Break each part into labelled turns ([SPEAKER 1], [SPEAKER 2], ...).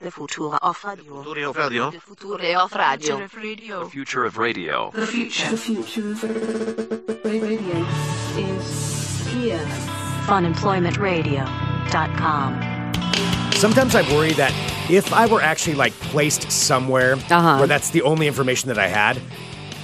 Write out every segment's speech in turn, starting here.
[SPEAKER 1] The future of radio.
[SPEAKER 2] Future of radio.
[SPEAKER 1] The future of radio.
[SPEAKER 2] The future of radio.
[SPEAKER 3] The future.
[SPEAKER 4] The future of radio is here.
[SPEAKER 1] Funemploymentradio.com.
[SPEAKER 5] Sometimes I worry that if I were actually like placed somewhere
[SPEAKER 6] Uh-huh.
[SPEAKER 5] where that's the only information that I had,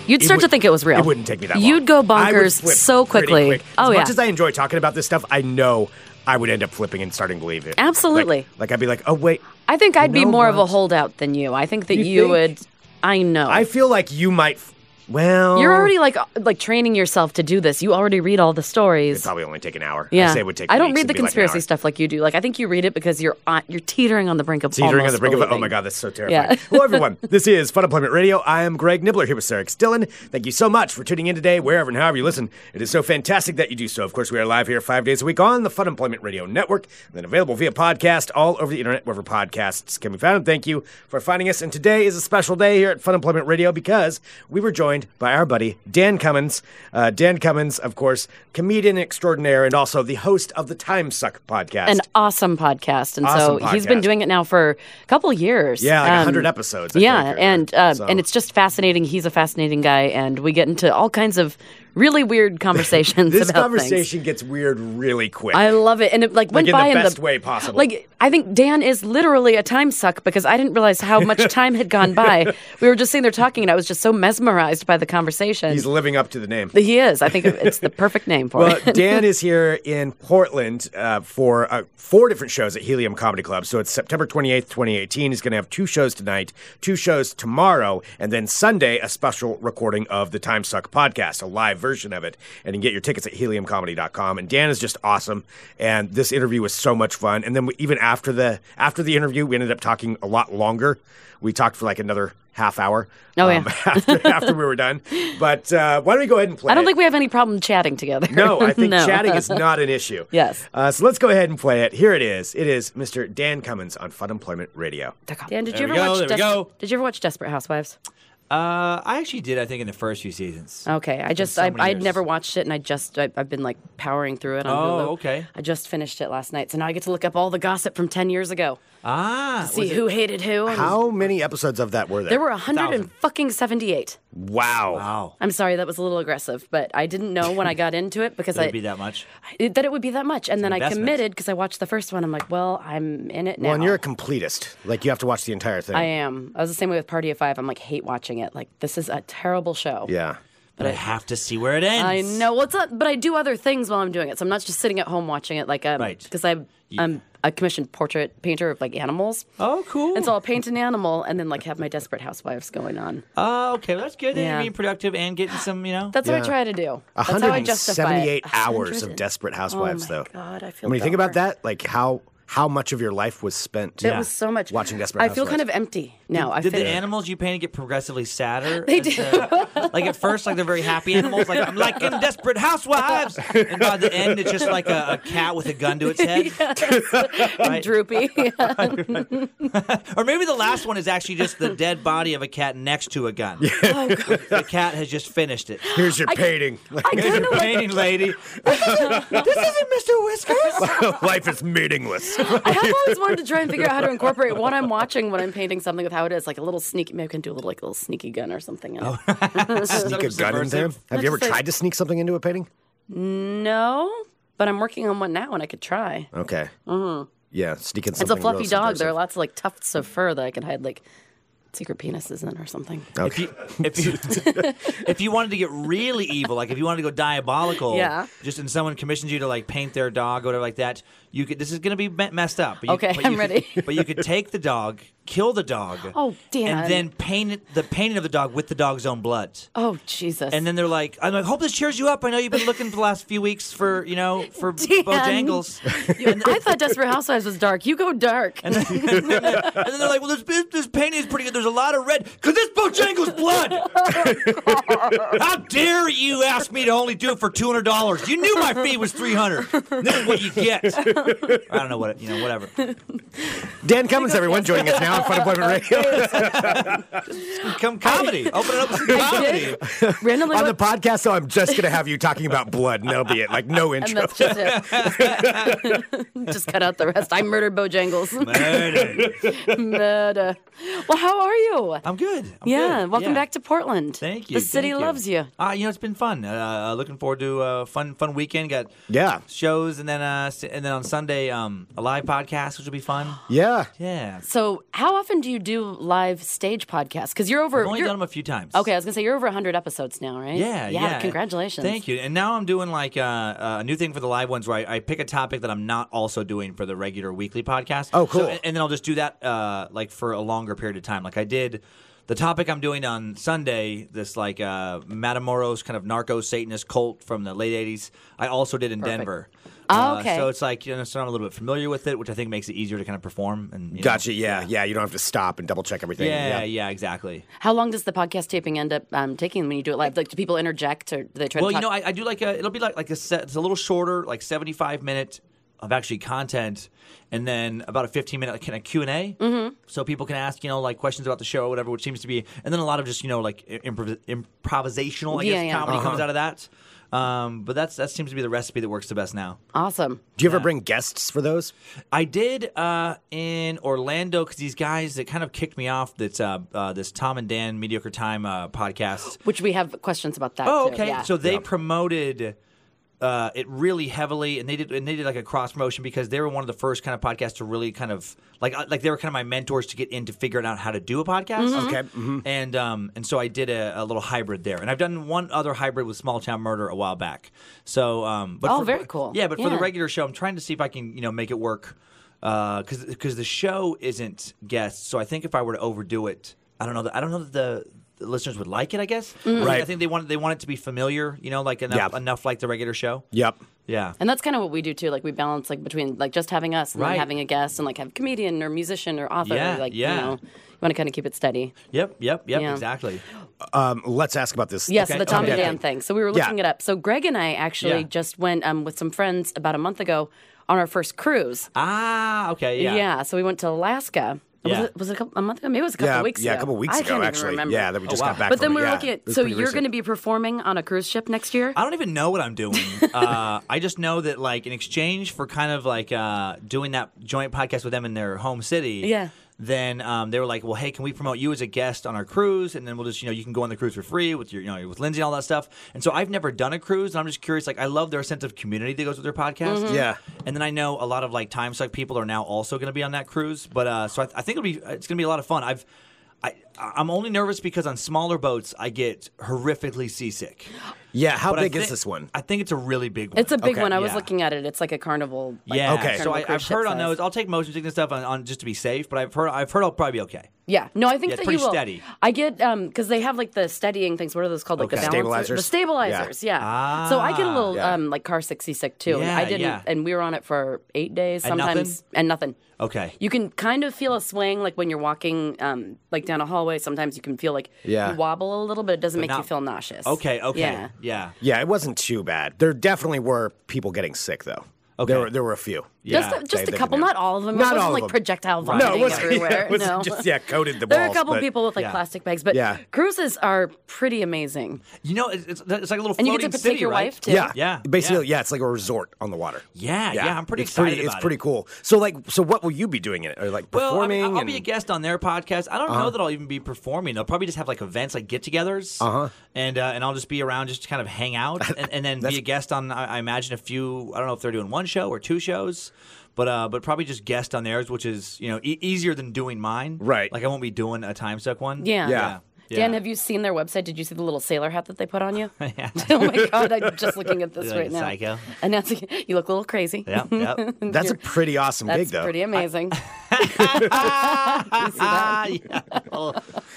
[SPEAKER 6] You'd
[SPEAKER 5] it
[SPEAKER 6] start to
[SPEAKER 5] would-
[SPEAKER 6] think it was real.
[SPEAKER 5] It wouldn't take me that long.
[SPEAKER 6] You'd go
[SPEAKER 5] I would
[SPEAKER 6] bonkers
[SPEAKER 5] flip
[SPEAKER 6] so
[SPEAKER 5] pretty
[SPEAKER 6] quickly.
[SPEAKER 5] quick.
[SPEAKER 6] Oh
[SPEAKER 5] as
[SPEAKER 6] yeah.
[SPEAKER 5] much as I enjoy talking about this stuff, I know I would end up flipping and starting to believe it.
[SPEAKER 6] Absolutely.
[SPEAKER 5] Like, like I'd be like, oh wait,
[SPEAKER 6] I think I'd be
[SPEAKER 5] know
[SPEAKER 6] more of a
[SPEAKER 5] what?
[SPEAKER 6] holdout than you. I think that
[SPEAKER 5] You
[SPEAKER 6] you,
[SPEAKER 5] think?
[SPEAKER 6] would. I know.
[SPEAKER 5] I feel like you might. f- Well,
[SPEAKER 6] You're already like uh, like training yourself to do this. You already read all the
[SPEAKER 5] It'd
[SPEAKER 6] stories.
[SPEAKER 5] probably only take an hour.
[SPEAKER 6] Yeah,
[SPEAKER 5] I say it would take.
[SPEAKER 6] I don't
[SPEAKER 5] weeks.
[SPEAKER 6] read
[SPEAKER 5] It'd
[SPEAKER 6] the
[SPEAKER 5] be like an
[SPEAKER 6] conspiracy
[SPEAKER 5] hour.
[SPEAKER 6] stuff like you do. Like I think you read it because you're on, you're teetering on the brink of
[SPEAKER 5] Teetering on the
[SPEAKER 6] almost
[SPEAKER 5] brink of oh
[SPEAKER 6] believing.
[SPEAKER 5] my god, that's so terrifying.
[SPEAKER 6] Yeah.
[SPEAKER 5] Hello everyone, this is Fun Employment Radio. I am Greg Nibbler here with Sarah Dillon. Thank you so much for tuning in today, wherever and however you listen. It is so fantastic that you do so. Of course, we are live here five days a week on the Fun Employment Radio Network, and then available via podcast all over the internet wherever podcasts can be found. And thank you for finding us. And today is a special day here at Fun Employment Radio because we were joined by our buddy Dan Cummins. Uh, Dan Cummins, of course, comedian extraordinaire, and also the host of the Time Suck podcast.
[SPEAKER 6] An awesome podcast, and
[SPEAKER 5] Awesome
[SPEAKER 6] so he's been
[SPEAKER 5] podcast.
[SPEAKER 6] doing it now for a couple years.
[SPEAKER 5] Yeah, like
[SPEAKER 6] Um,
[SPEAKER 5] 100 episodes. I
[SPEAKER 6] yeah,
[SPEAKER 5] think, or-
[SPEAKER 6] and uh,
[SPEAKER 5] so.
[SPEAKER 6] and it's just fascinating. He's a fascinating guy, and we get into all kinds of really weird conversations.
[SPEAKER 5] this
[SPEAKER 6] about things.
[SPEAKER 5] conversation gets weird really quick.
[SPEAKER 6] I love it, and it like went
[SPEAKER 5] in the
[SPEAKER 6] by
[SPEAKER 5] best way possible.
[SPEAKER 6] Like I think Dan is literally a time suck because I didn't realize how much time had gone by. we were just sitting there talking, and I was just so mesmerized by the conversation.
[SPEAKER 5] He's living up to the name.
[SPEAKER 6] he is. I think it's the perfect name for
[SPEAKER 5] Well,
[SPEAKER 6] it.
[SPEAKER 5] Dan is here in Portland uh, for uh, four different shows at Helium Comedy Club. So it's September 28th, 2018. He's going to have two shows tonight, two shows tomorrow, and then Sunday, a special recording of the Time Suck podcast, a live version of it. And you can get your tickets at heliumcomedy.com. And Dan is just awesome. And this interview was so much fun. And then we, even after the after the interview, we ended up talking a lot longer. We talked for like another half hour. um,
[SPEAKER 6] Oh, yeah.
[SPEAKER 5] after, after we were done. But uh, why don't we go ahead and play
[SPEAKER 6] I don't
[SPEAKER 5] it?
[SPEAKER 6] think we have any problem chatting together.
[SPEAKER 5] No, I think
[SPEAKER 6] No.
[SPEAKER 5] chatting is not an issue.
[SPEAKER 6] Yes.
[SPEAKER 5] Uh, so let's go ahead and play it. Here it is. It is Mr. Dan Cummins on Fun Employment Radio.
[SPEAKER 6] Dan, did
[SPEAKER 7] There
[SPEAKER 6] you
[SPEAKER 7] we
[SPEAKER 6] ever
[SPEAKER 7] go,
[SPEAKER 6] watch?
[SPEAKER 7] there we go.
[SPEAKER 6] Did you ever watch Desperate Housewives?
[SPEAKER 7] Uh, I actually did. I think in the first few seasons.
[SPEAKER 6] Okay, I just
[SPEAKER 7] so
[SPEAKER 6] I,
[SPEAKER 7] many
[SPEAKER 6] I'd
[SPEAKER 7] years.
[SPEAKER 6] never watched it, and I just I, I've been like powering through it on Hulu.
[SPEAKER 7] Oh, okay.
[SPEAKER 6] I just finished it last night, so now I get to look up all the gossip from ten years ago,
[SPEAKER 7] ah,
[SPEAKER 6] see
[SPEAKER 7] was it-
[SPEAKER 6] who hated who. and-
[SPEAKER 5] How many episodes of that were there?
[SPEAKER 6] There were a hundred and fucking seventy-eight.
[SPEAKER 5] Wow.
[SPEAKER 7] Wow,
[SPEAKER 6] I'm sorry, that was a little aggressive, but I didn't know when I got into it because
[SPEAKER 7] did
[SPEAKER 6] I
[SPEAKER 7] it be that much?
[SPEAKER 6] it- that it would be that much, and then I
[SPEAKER 7] investment.
[SPEAKER 6] committed because I watched the first one. I'm like, well, I'm in it now.
[SPEAKER 5] Well, and you're a completist. Like, you have to watch the entire thing.
[SPEAKER 6] I am. I was the same way with Party of Five. I'm like, hate watching it. Like, this is a terrible show.
[SPEAKER 5] Yeah.
[SPEAKER 7] But I have to see where it ends.
[SPEAKER 6] I know. Well, it's not, but I do other things while I'm doing it. So I'm not just sitting at home watching it. Like, um,
[SPEAKER 7] Right.
[SPEAKER 6] Because I'm, I'm a commissioned portrait painter of like animals.
[SPEAKER 7] Oh, cool.
[SPEAKER 6] And so I'll paint an animal and then like have my Desperate Housewives going on.
[SPEAKER 7] oh, okay. Well, that's good. Then
[SPEAKER 6] Yeah.
[SPEAKER 7] You're being productive and getting some, you know.
[SPEAKER 6] That's what
[SPEAKER 5] Yeah.
[SPEAKER 6] I try to do. That's how I justify it.
[SPEAKER 5] 178 hours of
[SPEAKER 6] 100.
[SPEAKER 5] Desperate Housewives,
[SPEAKER 6] oh my
[SPEAKER 5] though.
[SPEAKER 6] God, I feel.
[SPEAKER 5] When you think
[SPEAKER 6] dumber.
[SPEAKER 5] about that, like how how much of your life was spent
[SPEAKER 6] it was so much.
[SPEAKER 5] watching Desperate
[SPEAKER 6] I
[SPEAKER 5] Housewives.
[SPEAKER 6] feel kind of empty now. I
[SPEAKER 7] did
[SPEAKER 6] feel,
[SPEAKER 7] the animals you painted get progressively sadder? They do. like at first, like they're very happy animals, like I'm like in Desperate Housewives, and by the end, it's just like a, a cat with a gun to its head. Right?
[SPEAKER 6] droopy.
[SPEAKER 7] Or maybe the last one is actually just the dead body of a cat next to a gun.
[SPEAKER 6] Oh,
[SPEAKER 7] the cat has just finished it.
[SPEAKER 5] Here's your painting. Like,
[SPEAKER 7] Here's your painting, lady. this isn't Mr. Whiskers.
[SPEAKER 5] life is meaningless.
[SPEAKER 6] I have always wanted to try and figure out how to incorporate what I'm watching when I'm painting something with how it is, like a little sneaky. Maybe I can do a little like a little sneaky gun or something. in it.
[SPEAKER 5] Oh. sneak a gun in there.
[SPEAKER 7] subversive.
[SPEAKER 5] Have you ever
[SPEAKER 6] just like-
[SPEAKER 5] tried to sneak something into a painting?
[SPEAKER 6] No, but I'm working on one now, and I could try.
[SPEAKER 5] Okay. Yeah, sneaking
[SPEAKER 6] Mm-hmm. It's
[SPEAKER 5] something.
[SPEAKER 6] a fluffy
[SPEAKER 5] real
[SPEAKER 6] dog. There are
[SPEAKER 5] subversive.
[SPEAKER 6] lots of like tufts of fur that I could hide like secret penises in or something.
[SPEAKER 7] If you, if you if you wanted to get really evil, like if you wanted to go diabolical,
[SPEAKER 6] Yeah.
[SPEAKER 7] just and someone commissions you to like paint their dog or whatever like that, you could. This is gonna be me- messed up. But you,
[SPEAKER 6] Okay,
[SPEAKER 7] but
[SPEAKER 6] I'm
[SPEAKER 7] you
[SPEAKER 6] ready.
[SPEAKER 7] Could, but you could take the dog, kill the dog.
[SPEAKER 6] Oh, Dan.
[SPEAKER 7] And then paint it, the painting of the dog with the dog's own blood.
[SPEAKER 6] Oh Jesus!
[SPEAKER 7] And then they're like, I'm like, hope this cheers you up. I know you've been looking for the last few weeks for, you know, for
[SPEAKER 6] Dan.
[SPEAKER 7] Bojangles.
[SPEAKER 6] You- I thought Desperate Housewives was dark. You go dark.
[SPEAKER 7] And then, and then they're like, well, this, this painting is pretty good. There's a lot of red because it's Bojangles blood. How dare you ask me to only do it for $200? You knew my fee was 300 This is what you get. I don't know what it, you know, whatever.
[SPEAKER 5] Dan Cummins, everyone, joining us now on Fun Employment Radio
[SPEAKER 7] Come comedy. Open it up to some comedy.
[SPEAKER 6] Randomly,
[SPEAKER 5] on the
[SPEAKER 6] looked-
[SPEAKER 5] podcast. So I'm just gonna have you talking about blood, and that'll be it. Like no
[SPEAKER 6] and
[SPEAKER 5] intro.
[SPEAKER 6] that's just it. just cut out the rest. I murdered Bojangles.
[SPEAKER 7] Murdered.
[SPEAKER 6] Murder. uh, Well, how are you?
[SPEAKER 7] I'm good. I'm
[SPEAKER 6] yeah,
[SPEAKER 7] good.
[SPEAKER 6] welcome back to Portland.
[SPEAKER 7] Thank you.
[SPEAKER 6] The city
[SPEAKER 7] thank
[SPEAKER 6] loves you.
[SPEAKER 7] Uh, you know, it's been fun. Uh, uh, looking forward to uh, fun fun weekend. Got
[SPEAKER 5] Yeah.
[SPEAKER 7] shows, and then uh, s- and then on Sunday, um, a live podcast, which will be fun.
[SPEAKER 5] Yeah.
[SPEAKER 7] Yeah,
[SPEAKER 6] So, how often do you do live stage podcasts? Because you're over.
[SPEAKER 7] I've only
[SPEAKER 6] you're-
[SPEAKER 7] done them a few times.
[SPEAKER 6] okay, I was gonna say you're over 100 episodes now, right?
[SPEAKER 7] Yeah,
[SPEAKER 6] yeah.
[SPEAKER 7] yeah.
[SPEAKER 6] Congratulations.
[SPEAKER 7] Thank you. And now I'm doing like uh, a new thing for the live ones where I, I pick a topic that I'm not also doing for the regular weekly podcast.
[SPEAKER 5] Oh, cool.
[SPEAKER 7] So- and, and then I'll just do that uh, like for a longer period of time. Like I did the topic I'm doing on Sunday, this like uh, Matamoros kind of narco Satanist cult from the late 80s, I also did in Denver.
[SPEAKER 6] Oh,
[SPEAKER 7] Uh,
[SPEAKER 6] okay.
[SPEAKER 7] so it's like, you know, so I'm a little bit familiar with it, which I think makes it easier to kind of perform. And you know.
[SPEAKER 5] Gotcha. Yeah. Yeah. You don't have to stop and double check everything.
[SPEAKER 7] Yeah, yeah, exactly.
[SPEAKER 6] How long does the podcast taping end up um, taking when you do it live? Like, do people interject or do they try
[SPEAKER 7] Well,
[SPEAKER 6] to?
[SPEAKER 7] you
[SPEAKER 6] talk-
[SPEAKER 7] know, I, I do like a. It'll be like like a set. It's a little shorter, like seventy five minute of actually content, and then about a fifteen minute like kind of Q and A, mm-hmm. so people can ask you know like questions about the show or whatever, which seems to be, and then a lot of just you know like i- improv- improvisational, I guess
[SPEAKER 6] Yeah, yeah.
[SPEAKER 7] comedy comes out of that. Um, but that's that seems to be the recipe that works the best now.
[SPEAKER 6] awesome.
[SPEAKER 5] Do you ever bring guests for those?
[SPEAKER 7] I did uh, in Orlando because these guys that kind of kicked me off. That's uh, uh, this Tom and Dan Mediocre Time uh, podcast.
[SPEAKER 6] Which we have questions about that.
[SPEAKER 7] Oh,
[SPEAKER 6] too,
[SPEAKER 7] okay.
[SPEAKER 6] yeah.
[SPEAKER 7] So they promoted uh, it really heavily, and they did and they did like a cross promotion because they were one of the first kind of podcasts to really kind of like uh, like they were kind of my mentors to get into figuring out how to do a podcast.
[SPEAKER 6] Mm-hmm.
[SPEAKER 5] Okay, mhm.
[SPEAKER 7] And um and so I did a, a little hybrid there, and I've done one other hybrid with Small Town Murder a while back. So um, but
[SPEAKER 6] Oh,
[SPEAKER 7] for-
[SPEAKER 6] very cool.
[SPEAKER 7] Yeah, but for the
[SPEAKER 6] Yeah.
[SPEAKER 7] regular show, I'm trying to see if I can you know make it work because because the show isn't guests, so I think if I were to overdo it, I don't know. That, I don't know that the, the listeners would like it. I guess
[SPEAKER 6] Mm-hmm.
[SPEAKER 7] I think-
[SPEAKER 5] Right.
[SPEAKER 7] I think they want they want it to be familiar, you know, like enough
[SPEAKER 5] Yeah.
[SPEAKER 7] enough like the regular show.
[SPEAKER 5] Yep.
[SPEAKER 7] Yeah.
[SPEAKER 6] And that's kind of what we do too. Like we balance like between like just having us and then
[SPEAKER 7] Right.
[SPEAKER 6] having a guest and like have a comedian or musician or author.
[SPEAKER 7] Yeah,
[SPEAKER 6] like you
[SPEAKER 7] yeah.
[SPEAKER 6] know, you want to kind of keep it steady.
[SPEAKER 7] Yep. Yep. Yep.
[SPEAKER 6] Yeah.
[SPEAKER 7] Exactly.
[SPEAKER 5] Um, let's ask about this.
[SPEAKER 6] Yes,
[SPEAKER 7] Okay,
[SPEAKER 6] the Tom
[SPEAKER 7] okay.
[SPEAKER 6] and Dan thing. So we were
[SPEAKER 5] Yeah.
[SPEAKER 6] looking it up. So Greg and I actually
[SPEAKER 7] Yeah.
[SPEAKER 6] just went um, with some friends about a month ago on our first cruise.
[SPEAKER 7] Ah. Okay. Yeah.
[SPEAKER 6] so we went to Alaska.
[SPEAKER 7] Yeah.
[SPEAKER 6] Was it, was it a, couple, a month ago? Maybe it was a couple
[SPEAKER 5] Yeah.
[SPEAKER 6] weeks
[SPEAKER 5] yeah.
[SPEAKER 6] ago.
[SPEAKER 5] A couple weeks
[SPEAKER 6] I
[SPEAKER 5] ago,
[SPEAKER 6] can't even
[SPEAKER 5] actually.
[SPEAKER 6] remember.
[SPEAKER 5] Yeah, that we just
[SPEAKER 7] Oh, wow.
[SPEAKER 5] got back.
[SPEAKER 6] But then
[SPEAKER 5] from.
[SPEAKER 6] we were
[SPEAKER 5] Yeah,
[SPEAKER 6] looking
[SPEAKER 5] it
[SPEAKER 6] at.
[SPEAKER 5] was
[SPEAKER 6] So
[SPEAKER 5] pretty
[SPEAKER 6] you're
[SPEAKER 5] recent. Uh,
[SPEAKER 6] going to be performing on a cruise ship next year.
[SPEAKER 7] I don't even know what I'm doing. uh, I just know that, like, in exchange for kind of like uh, doing that joint podcast with them in their home city,
[SPEAKER 6] Yeah.
[SPEAKER 7] Then um, they were like, "Well, hey, can we promote you as a guest on our cruise? And then we'll just, you know, you can go on the cruise for free with your, you know, with Lindsay and all that stuff." And so I've never done a cruise, and I'm just curious. Like, I love their sense of community that goes with their podcast.
[SPEAKER 5] Yeah.
[SPEAKER 7] And then I know a lot of like time suck people are now also going to be on that cruise. But uh, so I, I think it'll be it's going to be a lot of fun. I've I, I'm only nervous because on smaller boats I get horrifically seasick.
[SPEAKER 5] Yeah. How
[SPEAKER 7] But I
[SPEAKER 5] big is
[SPEAKER 7] thi-
[SPEAKER 5] this one?
[SPEAKER 7] I think it's a really big one.
[SPEAKER 6] It's a big
[SPEAKER 5] Okay,
[SPEAKER 6] one. I was
[SPEAKER 7] yeah.
[SPEAKER 6] looking at it. It's like a carnival. like,
[SPEAKER 7] yeah.
[SPEAKER 5] Okay.
[SPEAKER 7] So I,
[SPEAKER 6] Carnival
[SPEAKER 7] I've
[SPEAKER 6] cruise
[SPEAKER 7] heard
[SPEAKER 6] ship
[SPEAKER 7] on those.
[SPEAKER 6] size.
[SPEAKER 7] I'll take motion sickness stuff on, on just to be safe, but I've heard I've heard I'll probably be okay.
[SPEAKER 6] Yeah, no, I think
[SPEAKER 7] Yeah, it's
[SPEAKER 6] that
[SPEAKER 7] pretty
[SPEAKER 6] you will.
[SPEAKER 7] steady.
[SPEAKER 6] I get um because they have like the steadying things. What are those called? Like
[SPEAKER 5] Okay.
[SPEAKER 6] the balancers,
[SPEAKER 5] Stabilizers?
[SPEAKER 6] the stabilizers. Yeah. so I get a little
[SPEAKER 5] Yeah.
[SPEAKER 6] um like car sixty sick too. and
[SPEAKER 7] Ah, Yeah,
[SPEAKER 6] I didn't,
[SPEAKER 7] yeah.
[SPEAKER 6] and we were on it for eight days
[SPEAKER 7] And nothing?
[SPEAKER 6] sometimes, and nothing.
[SPEAKER 7] Okay.
[SPEAKER 6] You can kind of feel a swing like when you're walking um like down a hallway. Sometimes you can feel like
[SPEAKER 5] Yeah.
[SPEAKER 6] you wobble a little, but it doesn't make you
[SPEAKER 7] not-
[SPEAKER 6] feel nauseous.
[SPEAKER 7] Okay. Okay.
[SPEAKER 6] Yeah.
[SPEAKER 7] Yeah.
[SPEAKER 5] Yeah, it wasn't too bad. There definitely were people getting sick though.
[SPEAKER 7] Okay.
[SPEAKER 5] There were, there were a few.
[SPEAKER 7] Yeah.
[SPEAKER 6] Just, a,
[SPEAKER 5] They-
[SPEAKER 6] just
[SPEAKER 5] they can
[SPEAKER 6] a couple,
[SPEAKER 5] do it.
[SPEAKER 6] not all of them.
[SPEAKER 5] Not
[SPEAKER 6] it wasn't
[SPEAKER 5] all of
[SPEAKER 6] like
[SPEAKER 5] them.
[SPEAKER 6] projecel vomiting
[SPEAKER 5] No, it wasn't,
[SPEAKER 6] everywhere.
[SPEAKER 5] yeah, it wasn't
[SPEAKER 6] no.
[SPEAKER 5] just yeah, coated the balls.
[SPEAKER 6] there are a couple
[SPEAKER 5] but-
[SPEAKER 6] people with like
[SPEAKER 7] Yeah.
[SPEAKER 6] plastic bags, but
[SPEAKER 5] Yeah.
[SPEAKER 6] cruises are pretty amazing.
[SPEAKER 7] You know, it's, it's, it's like a little
[SPEAKER 6] And you
[SPEAKER 7] floating
[SPEAKER 6] get to
[SPEAKER 7] city,
[SPEAKER 6] take your
[SPEAKER 7] right?
[SPEAKER 6] wife too.
[SPEAKER 5] Yeah,
[SPEAKER 7] Yeah,
[SPEAKER 5] Basically, yeah. it's like a resort on the water.
[SPEAKER 7] Yeah, yeah, I'm pretty
[SPEAKER 5] it's
[SPEAKER 7] excited
[SPEAKER 5] Pretty,
[SPEAKER 7] about
[SPEAKER 5] it's pretty
[SPEAKER 7] it.
[SPEAKER 5] cool. So, like, so what will you be doing in it? Or like
[SPEAKER 7] Well, I
[SPEAKER 5] performing?
[SPEAKER 7] mean, I'll
[SPEAKER 5] and- Uh-huh.
[SPEAKER 7] be a guest on their podcast. I don't know that I'll even be performing. They'll probably just have like events, like get-togethers, uh-huh. and uh, and I'll just be around, just to kind of hang out, and, and then be a guest on. I, I imagine a few. I don't know if they're doing one show or two shows, but uh, but probably just guest on theirs, which is you know e- easier than doing mine.
[SPEAKER 5] Right.
[SPEAKER 7] Like I won't be doing a time suck one.
[SPEAKER 6] Yeah.
[SPEAKER 5] Yeah.
[SPEAKER 6] Dan, have you seen their website? Did you see the little sailor hat that they put on you?
[SPEAKER 7] Yeah.
[SPEAKER 6] oh my god, I'm just looking at this
[SPEAKER 7] Like
[SPEAKER 6] right
[SPEAKER 7] a
[SPEAKER 6] now.
[SPEAKER 7] psycho.
[SPEAKER 6] Announcing you look a little crazy.
[SPEAKER 7] Yep. Yep.
[SPEAKER 5] That's a pretty awesome
[SPEAKER 6] That's
[SPEAKER 5] gig, though.
[SPEAKER 6] pretty amazing.
[SPEAKER 7] ah, yeah. The little-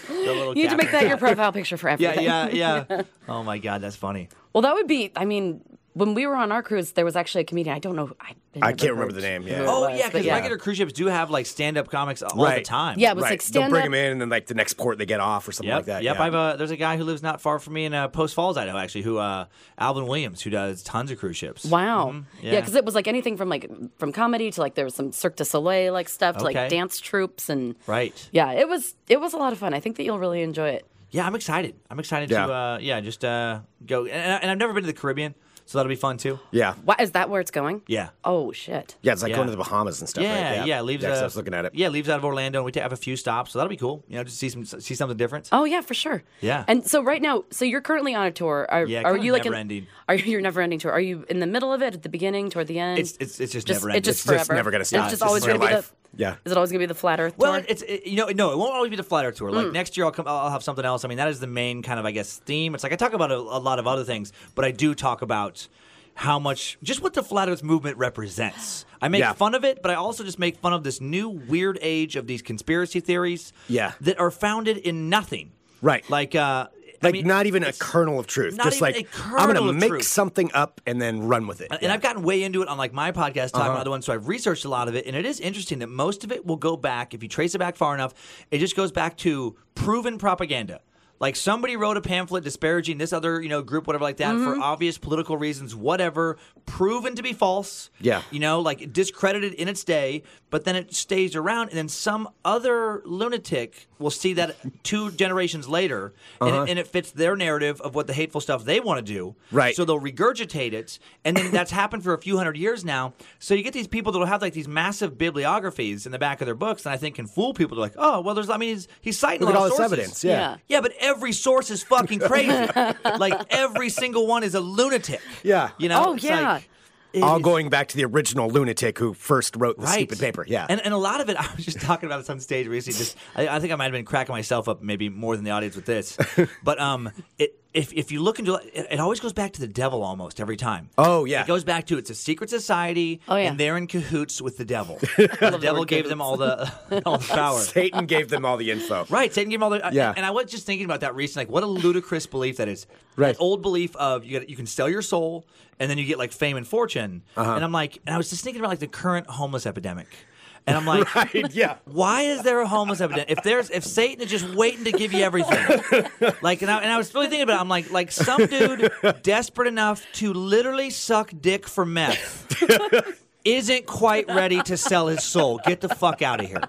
[SPEAKER 7] the little
[SPEAKER 6] you need to make
[SPEAKER 7] captain.
[SPEAKER 6] that your profile picture for
[SPEAKER 7] Yeah,
[SPEAKER 6] everything.
[SPEAKER 7] yeah, yeah. oh my God, that's funny.
[SPEAKER 6] Well, that would be. I mean, when we were on our cruise, there was actually a comedian. I don't know. I,
[SPEAKER 5] I can't remember the name, yeah.
[SPEAKER 7] Oh yeah,
[SPEAKER 6] because
[SPEAKER 7] because regular cruise ships do have like stand-up comics all the
[SPEAKER 5] Right.
[SPEAKER 7] time.
[SPEAKER 6] Yeah, it was
[SPEAKER 5] right.
[SPEAKER 6] like
[SPEAKER 5] They'll
[SPEAKER 6] stand
[SPEAKER 5] bring
[SPEAKER 6] up.
[SPEAKER 5] them in, and then like the next port they get off or something
[SPEAKER 7] Yep.
[SPEAKER 5] like that.
[SPEAKER 7] yep.
[SPEAKER 5] yeah.
[SPEAKER 7] I've uh, there's a guy who lives not far from me in uh, Post Falls, Idaho, actually, who uh, Alvin Williams, who does tons of cruise ships.
[SPEAKER 6] Wow. Yeah,
[SPEAKER 7] Mm-hmm. yeah.
[SPEAKER 6] because it was like anything from like from comedy to like there was some Cirque du Soleil like stuff to
[SPEAKER 7] Okay.
[SPEAKER 6] like dance troupes and
[SPEAKER 7] Right.
[SPEAKER 6] yeah, it was it was a lot of fun. I think that you'll really enjoy it.
[SPEAKER 7] Yeah, I'm excited. I'm excited
[SPEAKER 5] Yeah.
[SPEAKER 7] to uh, yeah, just uh, go. And, and I've never been to the Caribbean, so that'll be fun too.
[SPEAKER 5] yeah,
[SPEAKER 6] What is that where it's going?
[SPEAKER 7] Yeah.
[SPEAKER 6] Oh shit.
[SPEAKER 5] yeah. It's like
[SPEAKER 7] Yeah.
[SPEAKER 5] going to the Bahamas and stuff.
[SPEAKER 7] Yeah,
[SPEAKER 5] right?
[SPEAKER 7] yeah, leaves.
[SPEAKER 5] Yeah, 'cause
[SPEAKER 7] uh,
[SPEAKER 5] I was looking at it.
[SPEAKER 7] Yeah, leaves out of Orlando, and we ta- have a few stops, so that'll be cool. You know, just see some see something different.
[SPEAKER 6] Oh yeah, for sure.
[SPEAKER 7] Yeah.
[SPEAKER 6] And so right now, so you're currently on a tour. Are,
[SPEAKER 7] Yeah,
[SPEAKER 6] are
[SPEAKER 7] kinda
[SPEAKER 6] you like an-
[SPEAKER 7] never-ending.
[SPEAKER 6] Are you your never ending tour? Are you in the middle of it, at the beginning, toward the end?
[SPEAKER 7] It's it's it's just,
[SPEAKER 6] just
[SPEAKER 7] never ending.
[SPEAKER 6] it's just
[SPEAKER 5] It's
[SPEAKER 6] forever.
[SPEAKER 5] just never gonna stop.
[SPEAKER 6] It's
[SPEAKER 5] It's
[SPEAKER 6] just
[SPEAKER 5] just
[SPEAKER 6] always
[SPEAKER 5] your
[SPEAKER 6] gonna be
[SPEAKER 5] life.
[SPEAKER 6] the
[SPEAKER 5] Yeah.
[SPEAKER 6] Is it always gonna be the flat Earth
[SPEAKER 7] Well,
[SPEAKER 6] tour?
[SPEAKER 7] it's it, you know no, it won't always be the flat Earth tour.
[SPEAKER 5] Mm.
[SPEAKER 7] Like next year, I'll come. I'll have something else. I mean, that is the main kind of I guess theme. It's like I talk about a, a lot of other things, but I do talk about how much just what the flat Earth movement represents. I make
[SPEAKER 5] Yeah.
[SPEAKER 7] fun of it, but I also just make fun of this new weird age of these conspiracy theories.
[SPEAKER 5] Yeah.
[SPEAKER 7] that are founded in nothing.
[SPEAKER 5] Right.
[SPEAKER 7] Like uh,
[SPEAKER 5] Like
[SPEAKER 7] I mean,
[SPEAKER 5] not even a
[SPEAKER 7] it's-
[SPEAKER 5] kernel of truth.
[SPEAKER 7] not
[SPEAKER 5] Just
[SPEAKER 7] even
[SPEAKER 5] like
[SPEAKER 7] a
[SPEAKER 5] I'm
[SPEAKER 7] kernel
[SPEAKER 5] gonna
[SPEAKER 7] of
[SPEAKER 5] make
[SPEAKER 7] truth.
[SPEAKER 5] something up and then run with it. Uh-huh.
[SPEAKER 7] And I've gotten way into it on like my podcast talking about the one, so I've researched a lot of it, and it is interesting that most of it will go back if you trace it back far enough. It just goes back to proven propaganda. Like somebody wrote a pamphlet disparaging this other you know group, whatever like that,
[SPEAKER 5] Mm-hmm.
[SPEAKER 7] for obvious political reasons, whatever, proven to be false.
[SPEAKER 5] Yeah.
[SPEAKER 7] you know, like discredited in its day, but then it stays around, and then some other lunatic will see that two generations later,
[SPEAKER 5] Uh-huh.
[SPEAKER 7] and, it, and it fits their narrative of what the hateful stuff they want to do.
[SPEAKER 5] Right.
[SPEAKER 7] So they'll regurgitate it, and then that's happened for a few hundred years now. So you get these people that'll have like these massive bibliographies in the back of their books, and I think can fool people. They're like, oh, well, there's. I mean, he's he's citing
[SPEAKER 5] Look
[SPEAKER 7] a
[SPEAKER 5] at
[SPEAKER 7] lot
[SPEAKER 5] all
[SPEAKER 7] of
[SPEAKER 5] this
[SPEAKER 7] sources.
[SPEAKER 5] evidence. Yeah.
[SPEAKER 6] Yeah.
[SPEAKER 7] Yeah, but every source is fucking crazy. like every single one is a lunatic.
[SPEAKER 5] Yeah.
[SPEAKER 7] You know.
[SPEAKER 6] Oh,
[SPEAKER 7] It's
[SPEAKER 6] yeah.
[SPEAKER 7] like- it-
[SPEAKER 5] All
[SPEAKER 7] it's-
[SPEAKER 5] going back to the original lunatic who first wrote the stupid paper. Yeah.
[SPEAKER 7] and and a lot of it, I was just talking about this on stage recently. Just, I, I think I might have been cracking myself up maybe more than the audience with this, but um, it, if if you look into it, it always goes back to the devil almost every time.
[SPEAKER 5] Oh, yeah.
[SPEAKER 7] it goes back to it's a secret society.
[SPEAKER 6] Oh, yeah.
[SPEAKER 7] and they're in cahoots with the devil. the devil
[SPEAKER 6] word
[SPEAKER 7] gave them all the all the power.
[SPEAKER 5] Satan gave them all the info.
[SPEAKER 7] Right, Satan gave him all the.
[SPEAKER 5] Yeah.
[SPEAKER 7] Yeah. And I was just thinking about that recently. Like, what a ludicrous belief that is.
[SPEAKER 5] Right.
[SPEAKER 7] That old belief of you got you can sell your soul and then you get like fame and fortune.
[SPEAKER 5] Uh-huh.
[SPEAKER 7] And I'm like, and I was just thinking about like the current homeless epidemic. And I'm like,
[SPEAKER 5] Right, yeah.
[SPEAKER 7] why is there a homeless epidemic? If there's if Satan is just waiting to give you everything, like, and I, and I was really thinking about, it. I'm like, like some dude desperate enough to literally suck dick for meth. Isn't quite ready to sell his soul. Get the fuck out of here.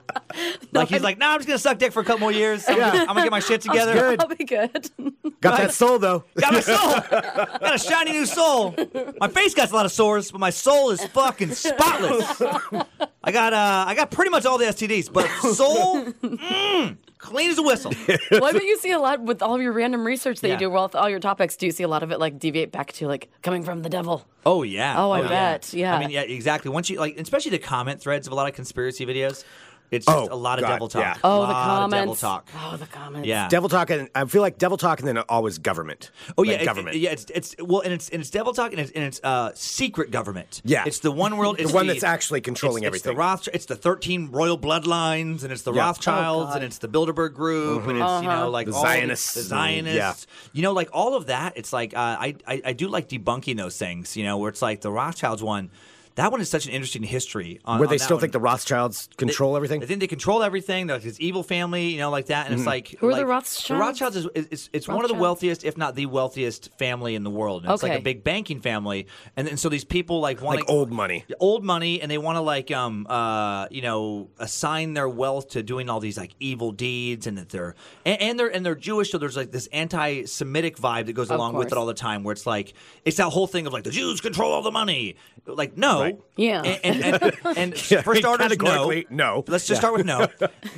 [SPEAKER 7] Like he's like, no, nah, I'm just gonna suck dick for a couple more years. I'm, gonna, I'm gonna get my shit together.
[SPEAKER 5] good.
[SPEAKER 6] I'll be good.
[SPEAKER 5] Got that soul though.
[SPEAKER 7] Got my soul. Got a shiny new soul. My face got a lot of sores, but my soul is fucking spotless. I got uh, I got pretty much all the STDs, but soul, mm, clean as a whistle.
[SPEAKER 6] well, I bet you see a lot with all of your random research that
[SPEAKER 7] Yeah.
[SPEAKER 6] you do. Well, with all your topics, do you see a lot of it like deviate back to like coming from the devil?
[SPEAKER 7] Oh yeah.
[SPEAKER 6] Oh, I bet. Yeah.
[SPEAKER 7] I mean, yeah, exactly. Once you like, especially the comment threads of a lot of conspiracy videos, it's just
[SPEAKER 5] Oh,
[SPEAKER 7] a lot of
[SPEAKER 5] God,
[SPEAKER 7] devil talk.
[SPEAKER 5] yeah.
[SPEAKER 6] Oh,
[SPEAKER 7] a lot
[SPEAKER 6] the comments.
[SPEAKER 7] Of devil talk.
[SPEAKER 6] Oh, the comments.
[SPEAKER 7] Yeah.
[SPEAKER 5] Devil talk and I feel like devil talk and then always government.
[SPEAKER 7] Oh yeah,
[SPEAKER 5] Like
[SPEAKER 7] it-
[SPEAKER 5] government.
[SPEAKER 7] it- yeah, it's it's well, and it's and it's devil talk, and it's and it's uh, secret government.
[SPEAKER 5] Yeah.
[SPEAKER 7] it's the one world, it's
[SPEAKER 5] one that's actually controlling
[SPEAKER 7] it's- it's
[SPEAKER 5] everything.
[SPEAKER 7] the Rothschild, it's the thirteen royal bloodlines, and it's the
[SPEAKER 5] Yeah.
[SPEAKER 7] Rothschilds, and it's the Bilderberg Group, and it's you know like
[SPEAKER 5] The
[SPEAKER 7] all these-
[SPEAKER 5] Zionists.
[SPEAKER 7] the Zionists. You know, like all of that. It's like uh, I, I I do like debunking those things. You know, where it's like the Rothschilds one. That one is such an interesting history. On,
[SPEAKER 5] Where
[SPEAKER 7] on
[SPEAKER 5] they
[SPEAKER 7] that
[SPEAKER 5] still
[SPEAKER 7] one.
[SPEAKER 5] think the Rothschilds control everything.
[SPEAKER 7] I think they control everything. They're like this evil family, you know, like that. And it's
[SPEAKER 5] Mm-hmm.
[SPEAKER 7] like
[SPEAKER 6] Who are the
[SPEAKER 7] like- The
[SPEAKER 6] Rothschilds?
[SPEAKER 7] Rothschilds is is- is- it's one of the
[SPEAKER 6] Rothschilds?
[SPEAKER 7] wealthiest, if not the wealthiest, family in the world. And It's like
[SPEAKER 6] Okay.
[SPEAKER 7] a big banking family, and, and so these people like want
[SPEAKER 5] like old money.
[SPEAKER 7] old money and they want to like um uh you know assign their wealth to doing all these like evil deeds and that they're and, and they're and they're Jewish so there's like this anti-Semitic vibe that goes along with it
[SPEAKER 6] course.
[SPEAKER 7] all the time where it's like it's that whole thing of like the Jews control all the money like no
[SPEAKER 5] Right.
[SPEAKER 6] Yeah.
[SPEAKER 7] and and, and, and for starters
[SPEAKER 5] Categorically, no.
[SPEAKER 7] let's just start with no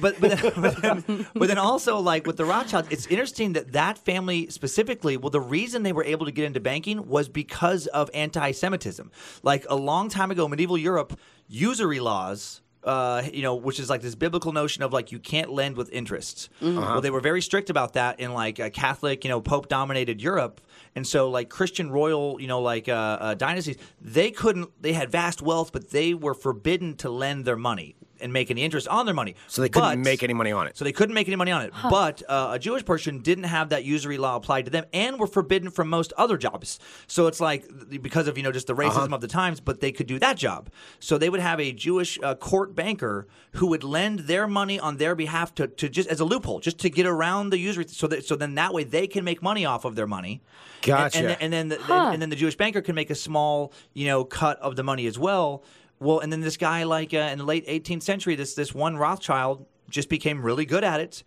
[SPEAKER 7] but but then, but, then, but then also like with the Rothschilds it's interesting that that family specifically well the reason they were able to get into banking was because of anti-Semitism like a long time ago medieval Europe usury laws. Uh, you know, which is like this biblical notion of like you can't lend with interest. Well, they were very strict about that in like a Catholic, you know, Pope dominated Europe, and so like Christian royal, you know, like uh, uh, dynasties, they couldn't. They had vast wealth, but they were forbidden to lend their money and make any interest on their money.
[SPEAKER 5] So they couldn't
[SPEAKER 7] But-
[SPEAKER 5] make any money on it.
[SPEAKER 7] So they couldn't make any money on it. But uh, a Jewish person didn't have that usury law applied to them and were forbidden from most other jobs. So it's like th- because of you know just the racism
[SPEAKER 5] Uh-huh.
[SPEAKER 7] of the times, but they could do that job. So they would have a Jewish uh, court banker who would lend their money on their behalf to, to just as a loophole, just to get around the usury. So that so then that way they can make money off of their money. And- and
[SPEAKER 5] Gotcha.
[SPEAKER 7] then- and then the, the- and then the Jewish banker can make a small you know cut of the money as well. Well, and then this guy like uh, in the late 18th century, this this one Rothschild just became really good at it.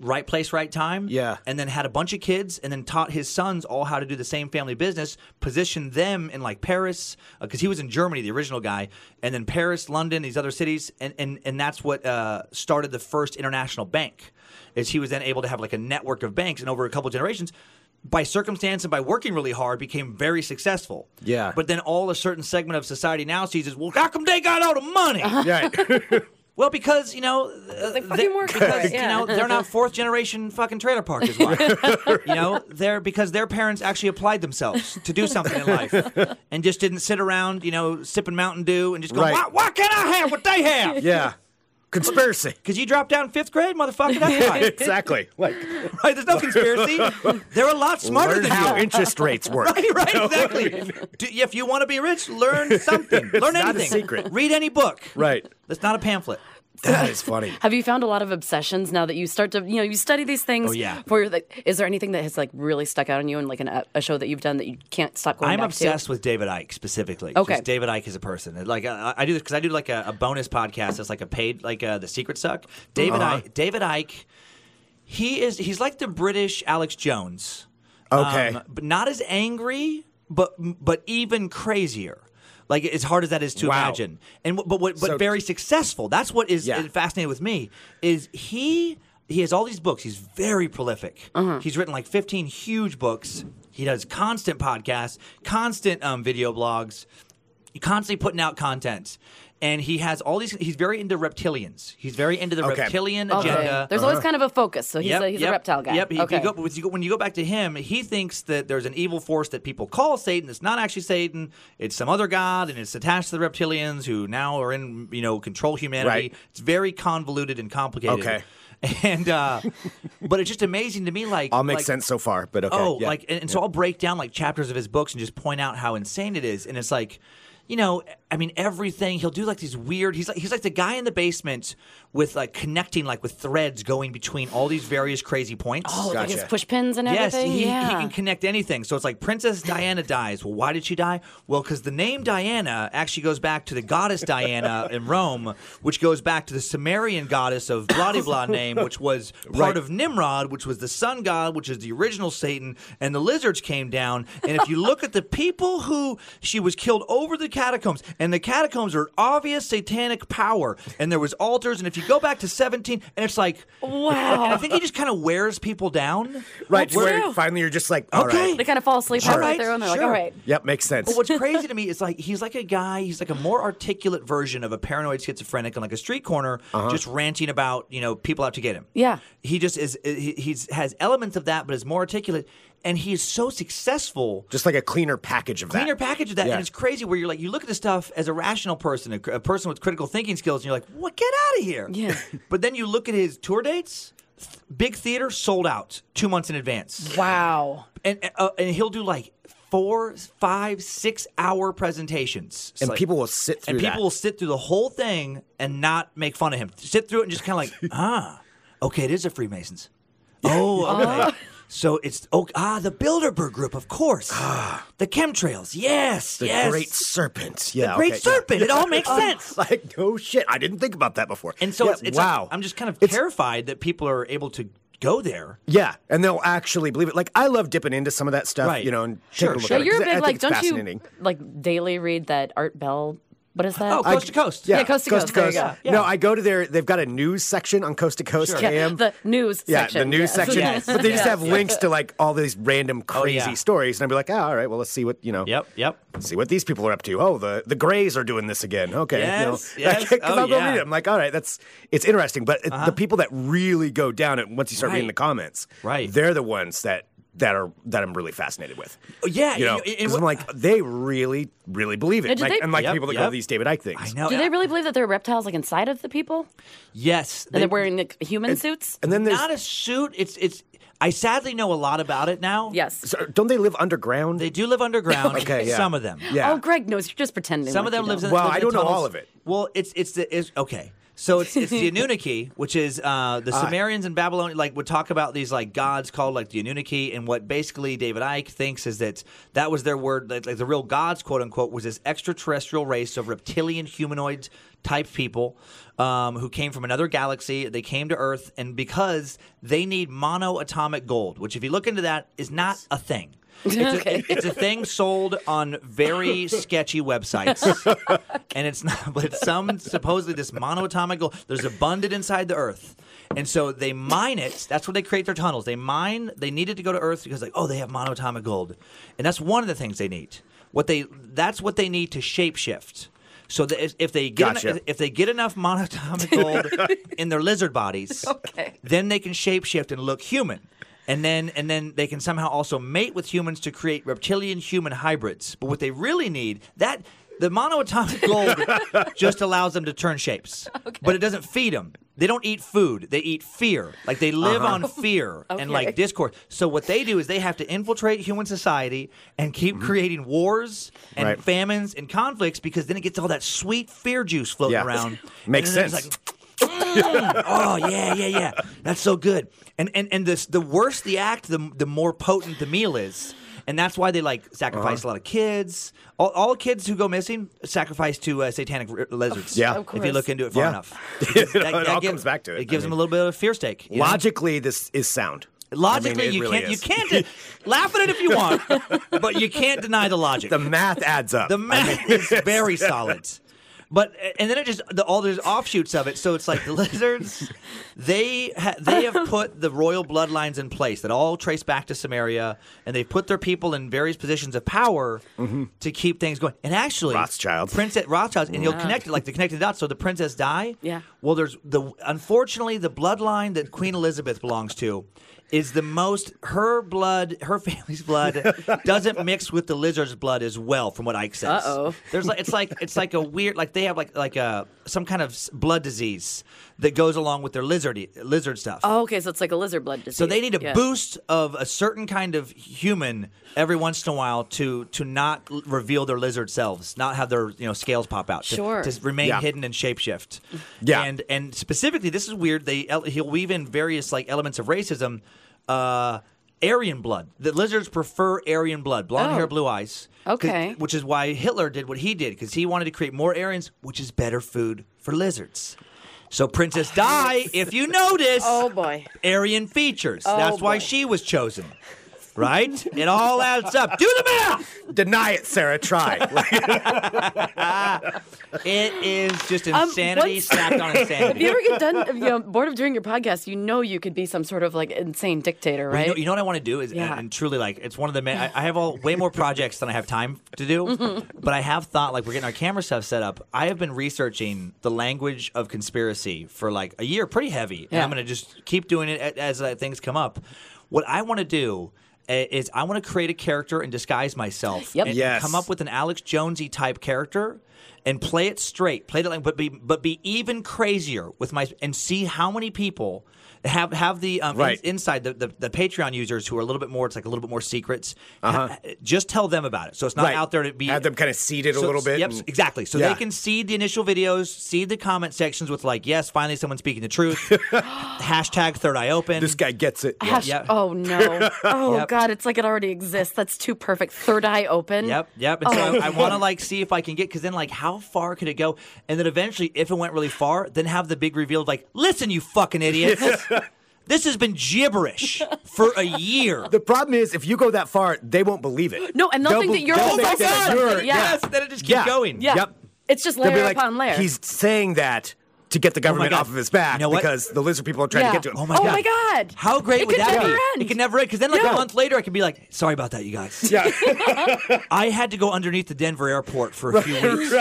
[SPEAKER 7] Right place, right time.
[SPEAKER 5] Yeah.
[SPEAKER 7] And then had a bunch of kids and then taught his sons all how to do the same family business, positioned them in like Paris, because he was in Germany, the original guy, and then Paris, London, these other cities. And, and, and that's what uh, started the first international bank, is he was then able to have like a network of banks. And over a couple generations, by circumstance and by working really hard, became very successful.
[SPEAKER 5] Yeah.
[SPEAKER 7] But then all a certain segment of society now sees is, well, how come they got all the money?
[SPEAKER 5] Right.
[SPEAKER 7] Well, because you know, uh, they
[SPEAKER 6] fucking work for
[SPEAKER 7] because,
[SPEAKER 6] it,
[SPEAKER 7] you know
[SPEAKER 6] yeah.
[SPEAKER 7] they're not fourth generation fucking trailer park is why. you know, they're because their parents actually applied themselves to do something in life and just didn't sit around, you know, sipping Mountain Dew and just going,
[SPEAKER 5] Right.
[SPEAKER 7] why, why can't I have what they have?
[SPEAKER 5] yeah. Conspiracy.
[SPEAKER 7] Because you dropped out in fifth grade, motherfucker. That's why.
[SPEAKER 5] exactly. Like
[SPEAKER 7] right? There's no conspiracy. They're a lot smarter
[SPEAKER 5] learn
[SPEAKER 7] than
[SPEAKER 5] how
[SPEAKER 7] you.
[SPEAKER 5] interest rates work.
[SPEAKER 7] Right, right, exactly. Do, if you want to be rich, learn something. Learn
[SPEAKER 5] not a
[SPEAKER 7] anything.
[SPEAKER 5] secret.
[SPEAKER 7] Read any book.
[SPEAKER 5] Right.
[SPEAKER 7] That's not a pamphlet.
[SPEAKER 5] That is funny.
[SPEAKER 6] Have you found a lot of obsessions now that you start to, you know, you study these things?
[SPEAKER 7] Oh, yeah.
[SPEAKER 6] For your, like, is there anything that has like really stuck out on you and like an, a- a show that you've done that you can't stop going
[SPEAKER 7] I'm
[SPEAKER 6] back
[SPEAKER 7] obsessed
[SPEAKER 6] to?
[SPEAKER 7] with David Ike specifically.
[SPEAKER 6] Okay.
[SPEAKER 7] Just David Ike is a person. Like I, I do this because I do like a, a bonus podcast. It's like a paid like uh, the Secret Suck. David
[SPEAKER 5] Uh-huh.
[SPEAKER 7] Ike. David Ike. He is. He's like the British Alex Jones.
[SPEAKER 5] Okay.
[SPEAKER 7] Um, but not as angry, but but even crazier. Like as hard as that is to
[SPEAKER 5] Wow.
[SPEAKER 7] imagine, and wh- but what, but
[SPEAKER 5] So-
[SPEAKER 7] very successful. That's what is
[SPEAKER 5] Yeah.
[SPEAKER 7] is fascinating with me is he he has all these books. He's very prolific.
[SPEAKER 6] Uh-huh.
[SPEAKER 7] He's written like 15 huge books. He does constant podcasts, constant um, video blogs, constantly putting out content. And he has all these. He's very into reptilians. He's very into the
[SPEAKER 5] Okay.
[SPEAKER 7] reptilian
[SPEAKER 6] Okay.
[SPEAKER 7] agenda. Uh-huh.
[SPEAKER 6] There's always kind of a focus. So he's,
[SPEAKER 7] Yep,
[SPEAKER 6] a, he's
[SPEAKER 7] yep,
[SPEAKER 6] a reptile guy.
[SPEAKER 7] Yep. He- he
[SPEAKER 6] okay.
[SPEAKER 7] go- when you go- when you go back to him, he thinks that there's an evil force that people call Satan. It's not actually Satan. It's some other god, and it's attached to the reptilians who now are in you know control humanity.
[SPEAKER 5] Right.
[SPEAKER 7] It's very convoluted and complicated.
[SPEAKER 5] Okay.
[SPEAKER 7] And uh, but it's just amazing to me. Like
[SPEAKER 5] All makes
[SPEAKER 7] like-
[SPEAKER 5] sense so far, but okay.
[SPEAKER 7] Oh,
[SPEAKER 5] yeah.
[SPEAKER 7] like and, and so I'll break down like chapters of his books and just point out how insane it is. And it's like, you know, I mean, everything he'll do like these weird. He's like he's like the guy in the basement with like connecting like with threads going between all these various crazy points.
[SPEAKER 6] Oh, like his
[SPEAKER 5] Gotcha.
[SPEAKER 6] push pins and
[SPEAKER 7] Yes,
[SPEAKER 6] everything.
[SPEAKER 7] he,
[SPEAKER 6] yeah.
[SPEAKER 7] he can connect anything. So it's like Princess Diana dies. Well, why did she die? Well, because the name Diana actually goes back to the goddess Diana in Rome, which goes back to the Sumerian goddess of blah de blah name, which was part
[SPEAKER 5] Right.
[SPEAKER 7] of Nimrod, which was the sun god, which is the original Satan, and the lizards came down. And if you look at the people who she was killed over the catacombs, and the catacombs are obvious satanic power, and there was altars, and if you go back to 17, and it's like, and I
[SPEAKER 6] wow.
[SPEAKER 7] think he just kind of wears people down.
[SPEAKER 5] right,
[SPEAKER 6] Well,
[SPEAKER 5] where
[SPEAKER 6] true.
[SPEAKER 5] finally you're just like, all
[SPEAKER 7] Okay.
[SPEAKER 5] right.
[SPEAKER 6] they kind of fall asleep
[SPEAKER 7] Sure.
[SPEAKER 6] halfway through and they're like,
[SPEAKER 7] Sure.
[SPEAKER 6] all right.
[SPEAKER 5] Yep, makes sense.
[SPEAKER 7] But what's crazy to me is like he's like a guy. He's like a more articulate version of a paranoid schizophrenic on like a street corner, just ranting about you know people out to get him.
[SPEAKER 6] Yeah.
[SPEAKER 7] he just is. uh, He he's, has elements of that, but is more articulate, and he is so successful.
[SPEAKER 5] just like a cleaner package of
[SPEAKER 7] Cleaner
[SPEAKER 5] that.
[SPEAKER 7] package of that,
[SPEAKER 5] Yeah.
[SPEAKER 7] and it's crazy where you're like, you look at this stuff as a rational person, a, cr- a person with critical thinking skills, and you're like, what? Get out of here!
[SPEAKER 6] Yeah.
[SPEAKER 7] but then you look at his tour dates. th- Big theater sold out two months in advance
[SPEAKER 6] Wow.
[SPEAKER 7] and uh, and he'll do like four, five, six hour presentations, It's
[SPEAKER 5] And
[SPEAKER 7] like-
[SPEAKER 5] people will sit through
[SPEAKER 7] and people
[SPEAKER 5] that.
[SPEAKER 7] will sit through the whole thing and not make fun of him. Sit through it and just kind of like, ah, okay, it is a Freemasons. Oh,
[SPEAKER 6] Ah.
[SPEAKER 7] okay. So it's oh ah the Bilderberg Group, of course. the chemtrails, yes,
[SPEAKER 5] Ah. the
[SPEAKER 7] yes.
[SPEAKER 5] great serpent. Yeah.
[SPEAKER 7] Great
[SPEAKER 5] okay, yeah.
[SPEAKER 7] serpent. It all makes sense.
[SPEAKER 5] Like, no shit. I didn't think about that before.
[SPEAKER 7] And so
[SPEAKER 5] Yeah,
[SPEAKER 7] it's, it's like-
[SPEAKER 5] wow.
[SPEAKER 7] I'm just kind of
[SPEAKER 5] It's-
[SPEAKER 7] terrified that people are able to go there.
[SPEAKER 5] Yeah, and they'll actually believe it. Like I love dipping into some of that stuff,
[SPEAKER 7] Right.
[SPEAKER 5] you know, and
[SPEAKER 7] Sure,
[SPEAKER 5] taking a look
[SPEAKER 7] sure.
[SPEAKER 5] at
[SPEAKER 6] But
[SPEAKER 5] it,
[SPEAKER 6] you're a
[SPEAKER 5] 'cause I- I
[SPEAKER 6] big,
[SPEAKER 5] think
[SPEAKER 6] like,
[SPEAKER 5] it's
[SPEAKER 6] don't you
[SPEAKER 5] fascinating.
[SPEAKER 6] like daily read that Art Bell? What is that? Uh,
[SPEAKER 7] Oh, coast to coast.
[SPEAKER 5] Yeah,
[SPEAKER 6] Coast to Coast, there you go.
[SPEAKER 7] Yeah.
[SPEAKER 5] No, I go to their. They've got a news section on Coast to Coast
[SPEAKER 7] Sure.
[SPEAKER 5] AM.
[SPEAKER 7] Yeah,
[SPEAKER 6] Yeah, the news
[SPEAKER 5] Yeah,
[SPEAKER 6] section.
[SPEAKER 5] the news
[SPEAKER 6] yes.
[SPEAKER 5] section.
[SPEAKER 7] Yes.
[SPEAKER 5] But they just
[SPEAKER 7] Yeah.
[SPEAKER 5] have links to like all these random crazy
[SPEAKER 7] Oh, yeah.
[SPEAKER 5] stories, and I'd be like, oh, all right, well, let's see what you know.
[SPEAKER 7] Yep, yep.
[SPEAKER 5] See what these people are up to. Oh, the the Greys are doing this again. Okay,
[SPEAKER 7] Yes,
[SPEAKER 5] you know,
[SPEAKER 7] yes.
[SPEAKER 5] Because
[SPEAKER 7] Oh,
[SPEAKER 5] I'll go
[SPEAKER 7] yeah. Uh-huh.
[SPEAKER 5] read it. I'm like, all right, that's it's interesting. But it, the people that really go down it once you start reading
[SPEAKER 7] Right.
[SPEAKER 5] the comments,
[SPEAKER 7] Right.
[SPEAKER 5] They're the ones that that are that I'm really fascinated with.
[SPEAKER 7] Oh, yeah,
[SPEAKER 5] You know,
[SPEAKER 7] it- it-
[SPEAKER 5] 'Cause I'm like they really, really believe it,
[SPEAKER 6] Did
[SPEAKER 5] like,
[SPEAKER 6] they-
[SPEAKER 5] and like
[SPEAKER 7] Yep,
[SPEAKER 5] people that
[SPEAKER 7] yep.
[SPEAKER 5] call these David Ike things.
[SPEAKER 7] I know.
[SPEAKER 6] Do they really believe that there are reptiles like inside of the people
[SPEAKER 7] Yes,
[SPEAKER 6] and they're wearing like human suits?
[SPEAKER 5] And then there's
[SPEAKER 7] not a suit. It's it's. I sadly know a lot about it now.
[SPEAKER 6] yes.
[SPEAKER 5] so don't they live underground?
[SPEAKER 7] they do live underground.
[SPEAKER 5] Okay, yeah.
[SPEAKER 7] some of them.
[SPEAKER 5] yeah.
[SPEAKER 6] Oh, Greg knows. You're just pretending.
[SPEAKER 7] Some of
[SPEAKER 6] like
[SPEAKER 7] them
[SPEAKER 6] you
[SPEAKER 7] lives
[SPEAKER 6] don't.
[SPEAKER 7] in.
[SPEAKER 5] Well,
[SPEAKER 7] lives
[SPEAKER 5] I
[SPEAKER 7] in
[SPEAKER 5] don't know
[SPEAKER 7] tunnels.
[SPEAKER 5] all of it.
[SPEAKER 7] Well, it's it's the is okay. So it's it's the Anunnaki, which is uh, the Sumerians in Babylon. Like would talk about these like gods called like the Anunnaki, and what basically David Icke thinks is that that was their word. Like, like the real gods, quote unquote, was this extraterrestrial race of reptilian humanoid type people um, who came from another galaxy. They came to Earth, and because they need monoatomic gold, which if you look into that is not a thing. It's a-
[SPEAKER 6] Okay.
[SPEAKER 7] it's a thing sold on very sketchy websites, and it's not. But some supposedly this monoatomic gold. There's abundant inside the Earth, and so they mine it. That's where they create their tunnels. They mine. They need it to go to Earth because like oh they have monoatomic gold, and that's one of the things they need. What they that's what they need to shapeshift. So that if- if they get
[SPEAKER 5] Gotcha.
[SPEAKER 7] if they get enough monoatomic gold in their lizard bodies,
[SPEAKER 6] Okay.
[SPEAKER 7] then they can shapeshift and look human. And then and then they can somehow also mate with humans to create reptilian human hybrids. But what they really need, that the monoatomic gold just allows them to turn shapes. But it doesn't feed them. They don't eat food. They eat fear. Like they live on fear and like
[SPEAKER 6] Okay.
[SPEAKER 7] discord. So what they do is they have to infiltrate human society and keep creating wars and
[SPEAKER 5] Mm-hmm. Right.
[SPEAKER 7] famines and conflicts because then it gets all that sweet fear juice floating
[SPEAKER 5] Yeah.
[SPEAKER 7] around. And
[SPEAKER 5] Makes
[SPEAKER 7] then it's
[SPEAKER 5] sense.
[SPEAKER 7] like, Mm. oh yeah, yeah, yeah. That's so good. And and and this the worse the act, the the more potent the meal is. And that's why they like sacrifice a
[SPEAKER 5] Uh-huh.
[SPEAKER 7] lot of kids. All, all kids who go missing sacrifice to uh, satanic r- lizards.
[SPEAKER 5] Yeah. Of
[SPEAKER 7] if you look
[SPEAKER 6] course.
[SPEAKER 7] into it far
[SPEAKER 5] Yeah.
[SPEAKER 7] enough,
[SPEAKER 5] It all comes back to it.
[SPEAKER 7] It gives
[SPEAKER 5] I
[SPEAKER 7] them
[SPEAKER 5] mean-
[SPEAKER 7] a little bit of fear stake. you know?
[SPEAKER 5] Logically, this is sound.
[SPEAKER 7] logically,
[SPEAKER 5] I mean, it
[SPEAKER 7] you
[SPEAKER 5] really
[SPEAKER 7] can't
[SPEAKER 5] is.
[SPEAKER 7] you can't de- laugh at it if you want, but you can't deny the logic.
[SPEAKER 5] The math adds up.
[SPEAKER 7] The math is very solid. But and then it just the, all there's offshoots of it. So it's like the lizards, they ha, they have put the royal bloodlines in place that all trace back to Samaria, and they've put their people in various positions of power to keep things going. And actually,
[SPEAKER 5] Rothschilds.
[SPEAKER 7] Princess Rothschild, and you'll connect it like the connected dots. So the princess Di,
[SPEAKER 6] Yeah.
[SPEAKER 7] Well, there's the unfortunately the bloodline that Queen Elizabeth belongs to is the most her blood, her family's blood doesn't mix with the lizard's blood as well, from what Ike says.
[SPEAKER 6] Uh-oh.
[SPEAKER 7] There's like it's like it's like a weird like they have like like a some kind of s- blood disease that goes along with their lizard lizard stuff.
[SPEAKER 6] Oh, okay, so it's like a lizard blood disease.
[SPEAKER 7] So they need a
[SPEAKER 6] Yeah.
[SPEAKER 7] boost of a certain kind of human every once in a while to to not l- reveal their lizard selves, not have their you know scales pop out, to,
[SPEAKER 6] Sure.
[SPEAKER 7] to remain
[SPEAKER 5] Yeah.
[SPEAKER 7] hidden and shapeshift.
[SPEAKER 5] Yeah.
[SPEAKER 7] and and specifically, this is weird. They el- he'll weave in various like elements of racism. Uh, Aryan blood. The lizards prefer Aryan blood, blonde
[SPEAKER 6] Oh.
[SPEAKER 7] hair, blue eyes. 'Cause-
[SPEAKER 6] Okay.
[SPEAKER 7] which is why Hitler did what he did because he wanted to create more Aryans, which is better food for lizards. So Princess Di, if you notice,
[SPEAKER 6] Oh boy.
[SPEAKER 7] Aryan features. That's why
[SPEAKER 6] Oh, boy.
[SPEAKER 7] she was chosen. Right? It all adds up. Do the math.
[SPEAKER 5] Deny it, Sarah. Try. Like,
[SPEAKER 7] It is just
[SPEAKER 6] Um,
[SPEAKER 7] insanity
[SPEAKER 6] what's-
[SPEAKER 7] stacked on
[SPEAKER 6] If you
[SPEAKER 7] insanity.
[SPEAKER 6] ever get done, you know, bored of doing your podcast, you know you could be some sort of like insane dictator,
[SPEAKER 7] You
[SPEAKER 6] right?
[SPEAKER 7] know, you know what I want to do is, and-
[SPEAKER 6] Yeah.
[SPEAKER 7] and, truly, like, it's one of the. Ma- I, I have all way more projects than I have time to do,
[SPEAKER 6] Mm-hmm.
[SPEAKER 7] but I have thought, like, we're getting our camera stuff set up. I have been researching the language of conspiracy for like a year, pretty heavy, and
[SPEAKER 6] Yeah.
[SPEAKER 7] I'm going to just keep doing it a- as uh, things come up. What I want to do uh, is, I want to create a character and disguise myself.
[SPEAKER 6] Yep.
[SPEAKER 7] and- and
[SPEAKER 5] Yes.
[SPEAKER 7] Come up with. with an Alex Jonesy type character and play it straight, play it like, but be but be even crazier with my and see how many people have have the um,
[SPEAKER 5] Right.
[SPEAKER 7] in- inside the, the the Patreon users who are a little bit more. It's like a little bit more secrets. Ha- just tell them about it, so it's not
[SPEAKER 5] Uh-huh. Right.
[SPEAKER 7] out there to be
[SPEAKER 5] Have them kind of seeded a
[SPEAKER 7] so-
[SPEAKER 5] little bit.
[SPEAKER 7] Yep,
[SPEAKER 5] and-
[SPEAKER 7] exactly. So
[SPEAKER 5] Yeah.
[SPEAKER 7] they can see the initial videos, see the comment sections with like, yes, finally someone's speaking the truth. Hashtag third eye open.
[SPEAKER 5] This guy gets it.
[SPEAKER 6] Gosh,
[SPEAKER 7] Yeah.
[SPEAKER 6] Oh no! Oh
[SPEAKER 7] Yep.
[SPEAKER 6] god, it's like it already exists. That's too perfect. Third eye open.
[SPEAKER 7] Yep, yep. And
[SPEAKER 6] Oh.
[SPEAKER 7] so I, want to like see if I can get because then like how far could it go? And then eventually, if it went really far, then have the big reveal of like, listen, you fucking idiots. This has been gibberish for a year.
[SPEAKER 5] The problem is, if you go that far, they won't believe it.
[SPEAKER 6] No, and they'll think
[SPEAKER 5] be-
[SPEAKER 6] that you're-
[SPEAKER 5] they'll
[SPEAKER 6] Oh my
[SPEAKER 5] think that
[SPEAKER 6] God!
[SPEAKER 5] you're-
[SPEAKER 6] Yeah.
[SPEAKER 7] Yes, then it just keeps
[SPEAKER 5] Yeah.
[SPEAKER 7] going.
[SPEAKER 6] Yeah.
[SPEAKER 5] Yep.
[SPEAKER 6] It's just
[SPEAKER 5] They'll be
[SPEAKER 6] layer
[SPEAKER 5] like,
[SPEAKER 6] upon layer.
[SPEAKER 5] He's saying that to get the government
[SPEAKER 7] Oh God.
[SPEAKER 5] off of his back
[SPEAKER 7] You know what?
[SPEAKER 5] because the lizard people are trying
[SPEAKER 6] Yeah.
[SPEAKER 5] to get to him.
[SPEAKER 7] Oh my
[SPEAKER 6] Oh
[SPEAKER 7] God.
[SPEAKER 6] my god!
[SPEAKER 7] How great
[SPEAKER 6] It
[SPEAKER 7] would
[SPEAKER 6] could
[SPEAKER 7] that
[SPEAKER 6] never
[SPEAKER 7] be?
[SPEAKER 6] end.
[SPEAKER 7] It could never end because then, like
[SPEAKER 6] Yeah.
[SPEAKER 7] a month later, I could be like, "Sorry about that, you guys.
[SPEAKER 5] Yeah.
[SPEAKER 7] I had to go underneath the Denver airport for a few weeks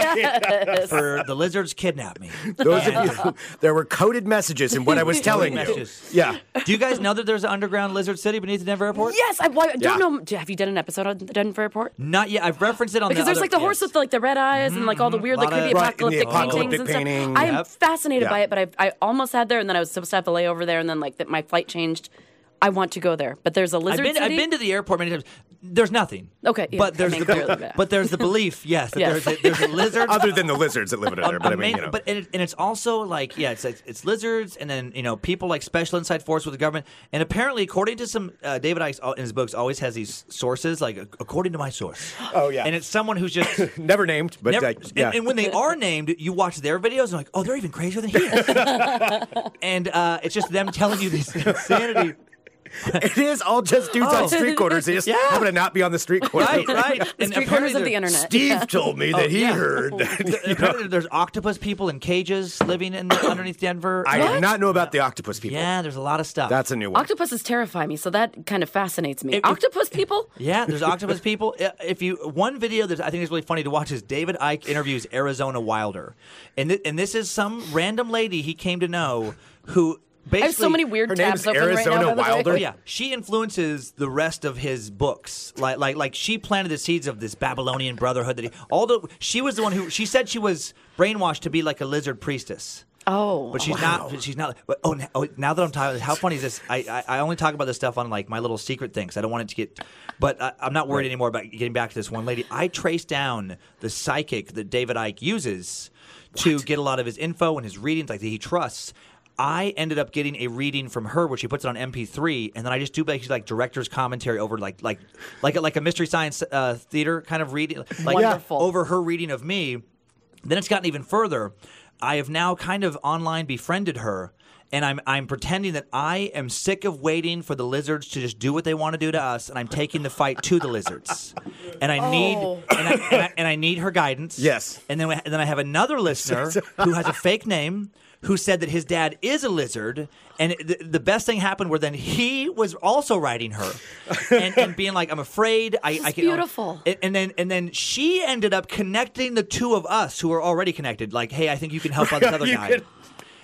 [SPEAKER 7] for the lizards kidnapped me."
[SPEAKER 5] Those
[SPEAKER 7] And-
[SPEAKER 5] of you, there were coded messages in what I was telling you.
[SPEAKER 7] messages.
[SPEAKER 5] Yeah.
[SPEAKER 7] Do you guys know that there's an underground lizard city beneath the Denver airport?
[SPEAKER 6] Yes, I, well, I
[SPEAKER 5] Yeah.
[SPEAKER 6] don't know. do- Have you done an episode on the Denver Airport?
[SPEAKER 7] Not yet. I've referenced it on
[SPEAKER 6] Because
[SPEAKER 7] the
[SPEAKER 6] there's
[SPEAKER 7] other-
[SPEAKER 6] like the horse
[SPEAKER 7] yes.
[SPEAKER 6] with like the red eyes and like all the weird, like
[SPEAKER 7] Lotta-
[SPEAKER 6] creepy
[SPEAKER 5] Right, and the
[SPEAKER 6] apocalyptic,
[SPEAKER 5] apocalyptic
[SPEAKER 6] paintings and
[SPEAKER 5] painting.
[SPEAKER 6] stuff. I am
[SPEAKER 7] Yep.
[SPEAKER 6] fascinated
[SPEAKER 5] Yeah.
[SPEAKER 6] by it, but I I almost had there, and then I was supposed to have to lay over there, and then like that my flight changed. I want to go there, but there's a
[SPEAKER 7] I've
[SPEAKER 6] lizard
[SPEAKER 7] been,
[SPEAKER 6] city.
[SPEAKER 7] I've been to the airport many times. There's nothing.
[SPEAKER 6] Okay, yeah,
[SPEAKER 7] but
[SPEAKER 6] I
[SPEAKER 7] there's
[SPEAKER 6] mean,
[SPEAKER 7] the
[SPEAKER 6] clearly, yeah.
[SPEAKER 7] but there's the belief, yes, that
[SPEAKER 6] Yes.
[SPEAKER 7] There's, a, there's a lizard.
[SPEAKER 5] Other than the lizards that live in there, but I
[SPEAKER 7] Ama-
[SPEAKER 5] mean, you know.
[SPEAKER 7] but- and, it, and it's also like yeah, it's like, it's lizards, and then you know people like special inside force with the government, and apparently according to some uh, David Icke al- in his books always has these sources like ac- according to my source.
[SPEAKER 5] Oh, yeah.
[SPEAKER 7] and it's someone who's just.
[SPEAKER 5] Never named, but
[SPEAKER 7] never-
[SPEAKER 5] uh,
[SPEAKER 7] and,
[SPEAKER 5] yeah.
[SPEAKER 7] and when they are named, you watch their videos and like, oh, they're even crazier than he is. and uh, it's just them telling you this insanity.
[SPEAKER 5] it is all just dudes
[SPEAKER 7] Oh.
[SPEAKER 5] on street corners. They just
[SPEAKER 7] Yeah.
[SPEAKER 5] happen to not be on the street corner.
[SPEAKER 7] Right, right. And apparently
[SPEAKER 6] Three corners of
[SPEAKER 7] they're-
[SPEAKER 6] the internet.
[SPEAKER 5] Steve told me
[SPEAKER 6] Oh,
[SPEAKER 5] that he
[SPEAKER 7] yeah.
[SPEAKER 5] heard. that-
[SPEAKER 7] Th- apparently there's octopus people in cages living in the, underneath Denver.
[SPEAKER 5] I did not know about the octopus people.
[SPEAKER 7] yeah, there's a lot of stuff.
[SPEAKER 5] That's a new one.
[SPEAKER 6] Octopuses terrify me, so that kind of fascinates me.
[SPEAKER 7] It- it-
[SPEAKER 6] Octopus people?
[SPEAKER 7] yeah, there's octopus people. I- If you one video that I think is really funny to watch is David Icke interviews Arizona Wilder, and thi- and this is some random lady he came to know who basically
[SPEAKER 6] I have so many weird
[SPEAKER 5] her
[SPEAKER 6] tabs
[SPEAKER 5] name's
[SPEAKER 6] open right
[SPEAKER 5] Arizona
[SPEAKER 6] now. by the way.
[SPEAKER 5] Wilder.
[SPEAKER 7] Oh yeah, she influences the rest of his books. Like like like she planted the seeds of this Babylonian Brotherhood. That he, all the she was the one who she said she was brainwashed to be like a lizard priestess.
[SPEAKER 6] Oh,
[SPEAKER 7] But she's not. She's not. But, oh, now, oh, now that I'm talking, how funny is this? I, I I only talk about this stuff on like my little secret things. I don't want it to get. But I, I'm not worried anymore about getting back to this one lady. I traced down the psychic that David Icke uses to get a lot of his info and his readings, like that he trusts. I ended up getting a reading from her where she puts it on MP3, and then I just do like, like director's commentary over like like like a, like a mystery science uh, theater kind of reading, like
[SPEAKER 6] Wonderful.
[SPEAKER 7] over her reading of me. Then it's gotten even further. I have now kind of online befriended her, and I'm I'm pretending that I am sick of waiting for the lizards to just do what they want to do to us, and I'm taking the fight to the lizards, and I need
[SPEAKER 6] Oh.
[SPEAKER 7] and I, and, I, and I need her guidance.
[SPEAKER 5] Yes.
[SPEAKER 7] and then we- and then I have another listener who has a fake name. Who said that his dad is a lizard? And it- the, the best thing happened where then he was also writing her, and, and being like, "I'm afraid I, I
[SPEAKER 6] is
[SPEAKER 7] can."
[SPEAKER 6] beautiful.
[SPEAKER 7] And, and then and then she ended up connecting the two of us who are already connected. Like, hey, I think you can help out this other guy.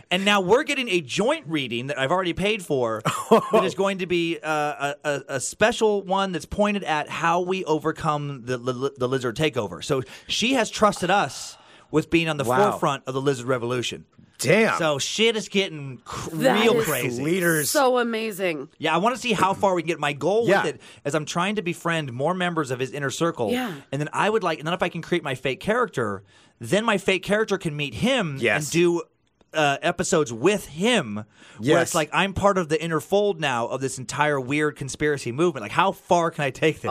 [SPEAKER 7] And now we're getting a joint reading that I've already paid for. that is going to be uh, a, a, a special one that's pointed at how we overcome the li- the lizard takeover. So she has trusted us with being on the
[SPEAKER 5] Wow.
[SPEAKER 7] forefront of the lizard revolution.
[SPEAKER 5] Damn.
[SPEAKER 7] So shit is getting cr-
[SPEAKER 6] That
[SPEAKER 7] real
[SPEAKER 6] is-
[SPEAKER 7] crazy.
[SPEAKER 5] Leaders.
[SPEAKER 6] So amazing.
[SPEAKER 7] Yeah, I want to see how far we can get. My goal
[SPEAKER 5] Yeah.
[SPEAKER 7] with it is I'm trying to befriend more members of his inner circle.
[SPEAKER 6] Yeah.
[SPEAKER 7] And then I would like, and then if I can create my fake character, then my fake character can meet him
[SPEAKER 5] Yes.
[SPEAKER 7] and do uh, episodes with him. Where
[SPEAKER 5] Yes.
[SPEAKER 7] it's like I'm part of the inner fold now of this entire weird conspiracy movement. Like, how far can I take this?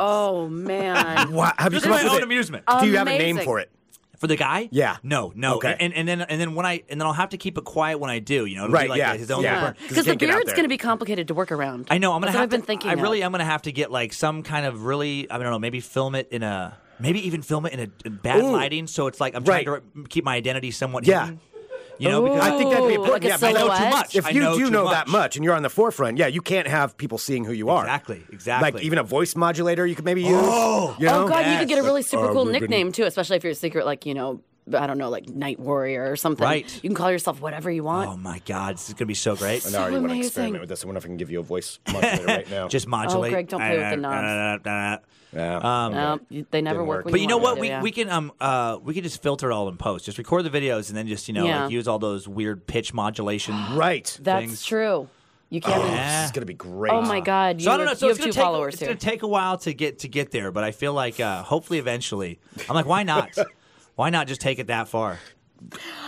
[SPEAKER 6] Oh man.
[SPEAKER 5] Wha- have you
[SPEAKER 7] Just
[SPEAKER 5] come up
[SPEAKER 7] my
[SPEAKER 5] with
[SPEAKER 7] own
[SPEAKER 5] it?
[SPEAKER 7] amusement.
[SPEAKER 5] Do you have a name
[SPEAKER 6] Amazing.
[SPEAKER 5] for it?
[SPEAKER 7] For the guy?
[SPEAKER 5] Yeah.
[SPEAKER 7] No, no.
[SPEAKER 5] Okay.
[SPEAKER 7] And, and then and then when I and then I'll have to keep it quiet when I do. You know, it'll
[SPEAKER 5] Right,
[SPEAKER 7] be like
[SPEAKER 5] yeah,
[SPEAKER 7] his own
[SPEAKER 5] yeah.
[SPEAKER 7] little-
[SPEAKER 5] Because
[SPEAKER 6] Because
[SPEAKER 5] you
[SPEAKER 6] the
[SPEAKER 5] can't get out
[SPEAKER 6] beard's
[SPEAKER 5] there.
[SPEAKER 6] going to be complicated to work around.
[SPEAKER 7] I know. I'm gonna
[SPEAKER 6] That's
[SPEAKER 7] have
[SPEAKER 6] what I've been
[SPEAKER 7] to,
[SPEAKER 6] thinking.
[SPEAKER 7] I
[SPEAKER 6] of.
[SPEAKER 7] really am gonna have to get like some kind of really. I don't know. Maybe film it in a. Maybe even film it in a in bad
[SPEAKER 5] Ooh.
[SPEAKER 7] lighting, so it's like I'm
[SPEAKER 5] Right.
[SPEAKER 7] trying to re- keep my identity somewhat
[SPEAKER 5] Yeah.
[SPEAKER 7] hidden. You know, because
[SPEAKER 5] I think that'd be
[SPEAKER 6] Ooh,
[SPEAKER 5] important.
[SPEAKER 6] like a
[SPEAKER 5] yeah, but I know too
[SPEAKER 6] silhouette?
[SPEAKER 5] much. If
[SPEAKER 7] I
[SPEAKER 5] you
[SPEAKER 7] know
[SPEAKER 5] do
[SPEAKER 7] too
[SPEAKER 5] know
[SPEAKER 7] much.
[SPEAKER 5] that much and you're on the forefront, yeah, you can't have people seeing who you are.
[SPEAKER 7] Exactly, exactly.
[SPEAKER 5] Like even a voice modulator you could maybe use.
[SPEAKER 7] Oh.
[SPEAKER 5] you know?
[SPEAKER 6] oh god, you
[SPEAKER 7] Yes.
[SPEAKER 6] could get a really super
[SPEAKER 5] Uh,
[SPEAKER 6] cool
[SPEAKER 5] we're gonna-
[SPEAKER 6] nickname too, especially if you're a secret, like you know, I don't know, like Night Warrior or something.
[SPEAKER 7] Right.
[SPEAKER 6] You can call yourself whatever you want.
[SPEAKER 7] oh my god, this is gonna be so great.
[SPEAKER 5] I already want to
[SPEAKER 6] amazing.
[SPEAKER 5] experiment with this. I wonder if I can give you a voice modulator right now.
[SPEAKER 7] Just modulate.
[SPEAKER 6] Oh, Greg, don't play with the
[SPEAKER 7] knobs.
[SPEAKER 5] Yeah.
[SPEAKER 7] Um,
[SPEAKER 6] No, you- they never
[SPEAKER 5] Didn't
[SPEAKER 6] work.
[SPEAKER 5] work.
[SPEAKER 6] when
[SPEAKER 7] but you know
[SPEAKER 6] want
[SPEAKER 7] what?
[SPEAKER 6] them
[SPEAKER 7] We,
[SPEAKER 6] to, yeah.
[SPEAKER 7] we can um uh we can just filter it all in post. Just record the videos and then just you know
[SPEAKER 6] Yeah.
[SPEAKER 7] like use all those weird pitch modulation.
[SPEAKER 5] right.
[SPEAKER 6] That's
[SPEAKER 7] things. Oh,
[SPEAKER 6] true. You can't.
[SPEAKER 5] This is
[SPEAKER 7] Yeah.
[SPEAKER 5] gonna be great.
[SPEAKER 6] Oh my god. You
[SPEAKER 7] So I don't know.
[SPEAKER 6] have-
[SPEAKER 7] So
[SPEAKER 6] you
[SPEAKER 7] it's
[SPEAKER 6] have
[SPEAKER 7] gonna
[SPEAKER 6] two
[SPEAKER 7] take,
[SPEAKER 6] followers
[SPEAKER 7] it's
[SPEAKER 6] here.
[SPEAKER 7] gonna take a while to get to get there, but I feel like uh, hopefully eventually. I'm like, why not? why not just take it that far?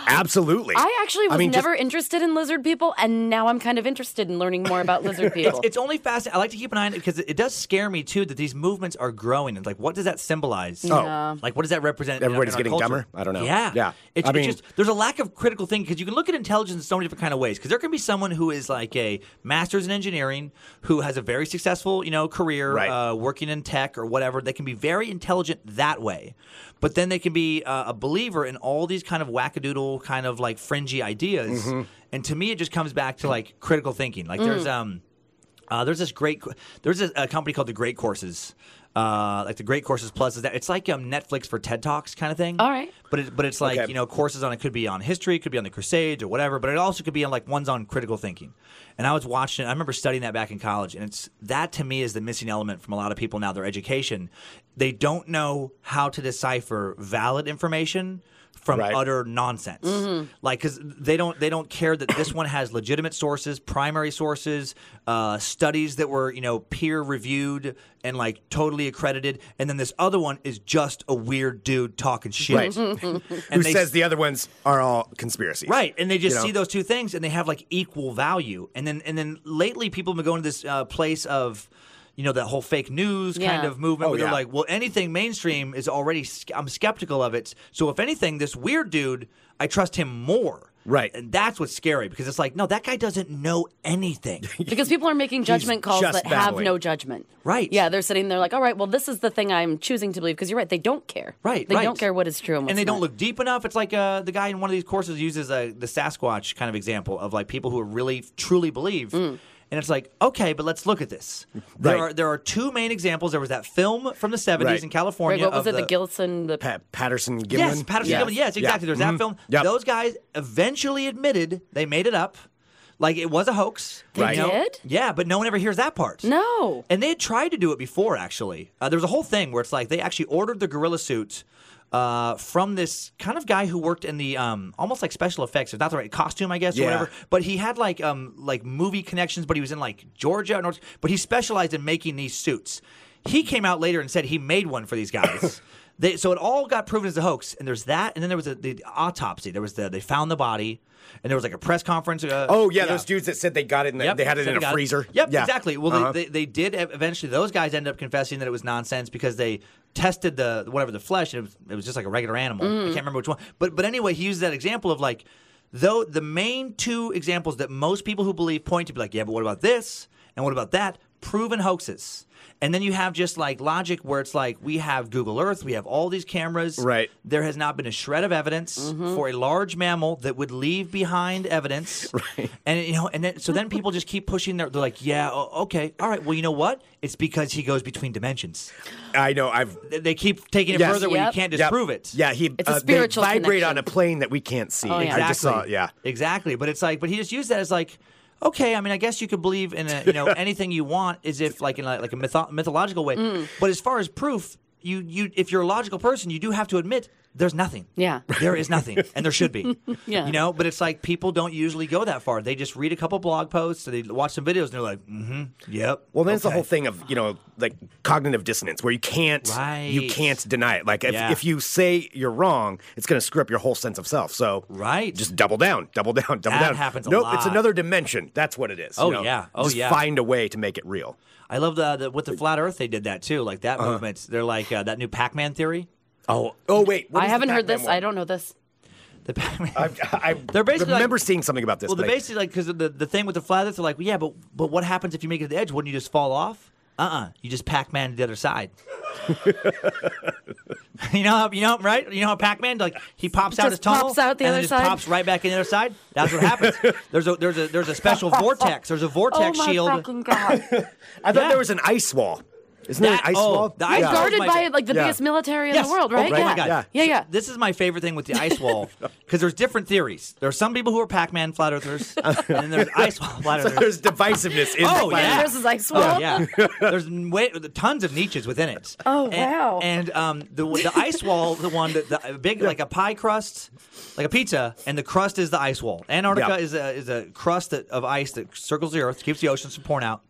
[SPEAKER 5] Absolutely.
[SPEAKER 6] I actually was
[SPEAKER 5] mean, just-
[SPEAKER 6] never interested in lizard people, and now I'm kind of interested in learning more about lizard people.
[SPEAKER 7] It's only fascinating. I like to keep an eye on it because it, it does scare me too that these movements are growing. And like, what does that symbolize?
[SPEAKER 5] Oh.
[SPEAKER 6] Yeah.
[SPEAKER 7] Like, what does that represent? in- in
[SPEAKER 5] Everybody's
[SPEAKER 7] our
[SPEAKER 5] getting
[SPEAKER 7] culture?
[SPEAKER 5] dumber? I don't know.
[SPEAKER 7] Yeah,
[SPEAKER 5] Yeah.
[SPEAKER 7] It's,
[SPEAKER 5] I
[SPEAKER 7] it's
[SPEAKER 5] mean-
[SPEAKER 7] just there's a lack of critical thinking because you can look at intelligence in so many different kind of ways. Because there can be someone who is like a master's in engineering who has a very successful you know career,
[SPEAKER 5] Right.
[SPEAKER 7] uh, working in tech or whatever. They can be very intelligent that way, but then they can be uh, a believer in all these kind of wacky wackadoodle kind of like fringy ideas.
[SPEAKER 5] Mm-hmm.
[SPEAKER 7] And to me, it just comes back to like critical thinking. Like there's um, uh, there's this great there's a, a company called the Great Courses. Uh, like the Great Courses Plus is that it's like um, Netflix for TED Talks kind of thing.
[SPEAKER 6] All right.
[SPEAKER 7] but it, but it's like
[SPEAKER 5] Okay.
[SPEAKER 7] you know courses on it could be on history, it could be on the Crusades or whatever, but it also could be on like ones on critical thinking. And I was watching, I remember studying that back in college, and it's that to me is the missing element from a lot of people now their education. They don't know how to decipher valid information from
[SPEAKER 5] Right.
[SPEAKER 7] utter nonsense. Like cuz they don't they don't care that this one has legitimate sources, primary sources, uh, studies that were, you know, peer reviewed and like totally accredited and then this other one is just a weird dude talking shit.
[SPEAKER 5] Right.
[SPEAKER 7] And
[SPEAKER 5] Who
[SPEAKER 7] they-
[SPEAKER 5] says the other ones are all conspiracies?
[SPEAKER 7] Right, and they just
[SPEAKER 5] You know?
[SPEAKER 7] see those two things, and they have like equal value. And then, and then lately, people have been going to this uh, place of, you know, that whole fake news kind
[SPEAKER 6] Yeah.
[SPEAKER 7] of movement.
[SPEAKER 5] Oh,
[SPEAKER 7] where
[SPEAKER 5] yeah.
[SPEAKER 7] They're like, well, anything mainstream is already. sk- I'm skeptical of it. So if anything, this weird dude, I trust him more.
[SPEAKER 5] Right.
[SPEAKER 7] and that's what's scary because it's like, no, that guy doesn't know anything.
[SPEAKER 6] Because people are making judgment calls
[SPEAKER 5] just
[SPEAKER 6] that have
[SPEAKER 5] babbling.
[SPEAKER 6] no judgment.
[SPEAKER 7] Right.
[SPEAKER 6] Yeah, they're sitting there like, all right, well, this is the thing I'm choosing to believe. Because you're right, they don't care.
[SPEAKER 7] Right,
[SPEAKER 6] They
[SPEAKER 7] right.
[SPEAKER 6] don't care what is true and what's
[SPEAKER 7] and they don't
[SPEAKER 6] not.
[SPEAKER 7] look deep enough. It's like uh, the guy in one of these courses uses uh, the Sasquatch kind of example of like people who really truly believe.
[SPEAKER 6] Mm.
[SPEAKER 7] And it's like, okay, but let's look at this. There
[SPEAKER 5] Right.
[SPEAKER 7] are there are two main examples. There was that film from the 70s
[SPEAKER 5] Right.
[SPEAKER 7] in
[SPEAKER 6] Right,
[SPEAKER 7] California.
[SPEAKER 6] what was
[SPEAKER 7] of
[SPEAKER 6] it? The, Gilson, the
[SPEAKER 5] Pa- Patterson Gimlin.
[SPEAKER 7] Yes, Patterson
[SPEAKER 5] Yeah.
[SPEAKER 7] Gimlin. Yes,
[SPEAKER 5] Yeah.
[SPEAKER 7] exactly. There's
[SPEAKER 5] Mhm.
[SPEAKER 6] Mm-hmm.
[SPEAKER 7] that film.
[SPEAKER 5] Yep.
[SPEAKER 7] Those guys eventually admitted they made it up. Like it was a hoax.
[SPEAKER 5] They Right.
[SPEAKER 6] did?
[SPEAKER 7] Yeah, but no one ever hears that part.
[SPEAKER 6] No.
[SPEAKER 7] And they had tried to do it before, actually. Uh, there was a whole thing where it's like they actually ordered the gorilla suit uh, from this kind of guy who worked in the um, almost like special effects, if not the right costume, I guess,
[SPEAKER 5] Yeah.
[SPEAKER 7] or whatever. But he had like um, like movie connections, but he was in like Georgia, North. But he specialized in making these suits. He came out later and said he made one for these guys. They, so it all got proven as a hoax, and there's that, and then there was a, the autopsy. There was the they found the body, and there was like a press conference. Uh,
[SPEAKER 5] Oh yeah, those dudes that said they got it in the,
[SPEAKER 7] Yep,
[SPEAKER 5] they had it
[SPEAKER 7] said
[SPEAKER 5] in a
[SPEAKER 7] got
[SPEAKER 5] freezer.
[SPEAKER 7] Yep,
[SPEAKER 5] Yeah.
[SPEAKER 7] exactly. Well,
[SPEAKER 5] Uh-huh.
[SPEAKER 7] they, they, they did ev- eventually. Those guys ended up confessing that it was nonsense because they tested the whatever the flesh, and it was, it was just like a regular animal.
[SPEAKER 5] Mm.
[SPEAKER 7] I can't remember which one. But but anyway, he used that example of like, though the main two examples that most people who believe point to be like, yeah, but what about this and what about that? Proven hoaxes. And then you have just like logic where it's like we have Google Earth, we have all these cameras.
[SPEAKER 5] Right.
[SPEAKER 7] There has not been a shred of evidence for a large mammal that would leave behind evidence. Right. And you know, and then so then people just keep pushing their. They're like, yeah, oh, okay, all right. Well, you know what? It's because he goes between dimensions.
[SPEAKER 5] I know. I've
[SPEAKER 7] They- They keep taking it
[SPEAKER 5] Yes.
[SPEAKER 7] further when you
[SPEAKER 6] Yep.
[SPEAKER 7] can't
[SPEAKER 5] yeah,
[SPEAKER 7] disprove it.
[SPEAKER 5] Yeah, he
[SPEAKER 6] It's a
[SPEAKER 5] uh,
[SPEAKER 6] spiritual
[SPEAKER 5] they vibrate
[SPEAKER 6] connection.
[SPEAKER 5] on a plane that we can't see.
[SPEAKER 6] Oh, yeah.
[SPEAKER 5] I just saw. it, Yeah.
[SPEAKER 7] Exactly. But it's like, but he just used that as like, okay. I mean, I guess you could believe in a, you know anything you want, as if like in a, like a mytho- mythological way.
[SPEAKER 6] Mm.
[SPEAKER 7] But as far as proof, you you if you're a logical person, you do have to admit there's nothing.
[SPEAKER 6] Yeah.
[SPEAKER 7] There is nothing, and there should be.
[SPEAKER 6] Yeah.
[SPEAKER 7] You know, but it's like people don't usually go that far. They just read a couple blog posts, or they watch some videos, and they're like, mm-hmm, yep.
[SPEAKER 5] Well, then it's the
[SPEAKER 7] okay."
[SPEAKER 5] whole thing of you know like cognitive dissonance, where you can't you
[SPEAKER 7] Right.
[SPEAKER 5] can't deny it. Like if,
[SPEAKER 7] Yeah.
[SPEAKER 5] if you say you're wrong, it's going to screw up your whole sense of self. So
[SPEAKER 7] Right.
[SPEAKER 5] just double down, double down,
[SPEAKER 7] That
[SPEAKER 5] double down.
[SPEAKER 7] happens a
[SPEAKER 5] nope, it's
[SPEAKER 7] lot.
[SPEAKER 5] another dimension. That's what it is. you
[SPEAKER 7] Oh,
[SPEAKER 5] know?
[SPEAKER 7] yeah. Oh,
[SPEAKER 5] just
[SPEAKER 7] yeah.
[SPEAKER 5] Find a way to make it real.
[SPEAKER 7] I love the, the with the flat Earth. They did that too. Like that
[SPEAKER 5] Uh-huh.
[SPEAKER 7] movement. They're like uh, that new Pac-Man theory.
[SPEAKER 5] Oh, oh wait, what
[SPEAKER 6] I
[SPEAKER 5] is the
[SPEAKER 6] haven't heard
[SPEAKER 5] Pac-Man
[SPEAKER 6] this.
[SPEAKER 5] one?
[SPEAKER 6] I don't know this.
[SPEAKER 7] The Pac-Man.
[SPEAKER 5] I, I
[SPEAKER 7] They're basically
[SPEAKER 5] remember
[SPEAKER 7] like-
[SPEAKER 5] seeing something about this.
[SPEAKER 7] Well,
[SPEAKER 5] but
[SPEAKER 7] the
[SPEAKER 5] I-
[SPEAKER 7] basically like because the the thing with the flat Earth, they're like, well, yeah, but but what happens if you make it to the edge? Wouldn't you just fall off? Uh uh you just Pac Man to the other side. you know, how, you know, right? You know how Pac Man like he pops out
[SPEAKER 6] Just
[SPEAKER 7] his tunnel,
[SPEAKER 6] pops out the
[SPEAKER 7] and
[SPEAKER 6] other
[SPEAKER 7] then just
[SPEAKER 6] side.
[SPEAKER 7] pops right back in the other side. That's what happens. there's a there's a there's a special vortex. There's a vortex
[SPEAKER 6] oh my
[SPEAKER 7] shield.
[SPEAKER 6] fucking god!
[SPEAKER 5] I thought
[SPEAKER 7] yeah.
[SPEAKER 5] there was an ice wall. Isn't there
[SPEAKER 7] That-
[SPEAKER 5] an ice
[SPEAKER 7] oh,
[SPEAKER 5] wall?
[SPEAKER 7] the
[SPEAKER 6] You're
[SPEAKER 7] ice Yeah.
[SPEAKER 6] guarded
[SPEAKER 7] Oh my
[SPEAKER 6] by
[SPEAKER 7] God.
[SPEAKER 6] like the
[SPEAKER 5] Yeah.
[SPEAKER 6] biggest military in
[SPEAKER 7] Yes.
[SPEAKER 6] the world,
[SPEAKER 7] Oh,
[SPEAKER 6] right?
[SPEAKER 5] right.
[SPEAKER 6] yeah.
[SPEAKER 5] my God.
[SPEAKER 6] yeah,
[SPEAKER 7] So
[SPEAKER 6] yeah.
[SPEAKER 7] This is my favorite thing with the ice wall because there's different theories. There are some people who are Pac Man flat earthers, and then there's ice wall flat
[SPEAKER 5] So
[SPEAKER 7] earthers.
[SPEAKER 5] there's divisiveness in
[SPEAKER 7] Oh,
[SPEAKER 5] the
[SPEAKER 7] yeah.
[SPEAKER 6] This is ice
[SPEAKER 7] Oh
[SPEAKER 6] wall.
[SPEAKER 7] yeah, there's way, tons of niches within it.
[SPEAKER 6] Oh,
[SPEAKER 7] And-
[SPEAKER 6] wow.
[SPEAKER 7] And um, the the ice wall, the one that the big like a pie crust, like a pizza, and the crust is the ice wall. Antarctica
[SPEAKER 5] Yeah.
[SPEAKER 7] is a is a crust that, of ice that circles the Earth, keeps the oceans from pouring out.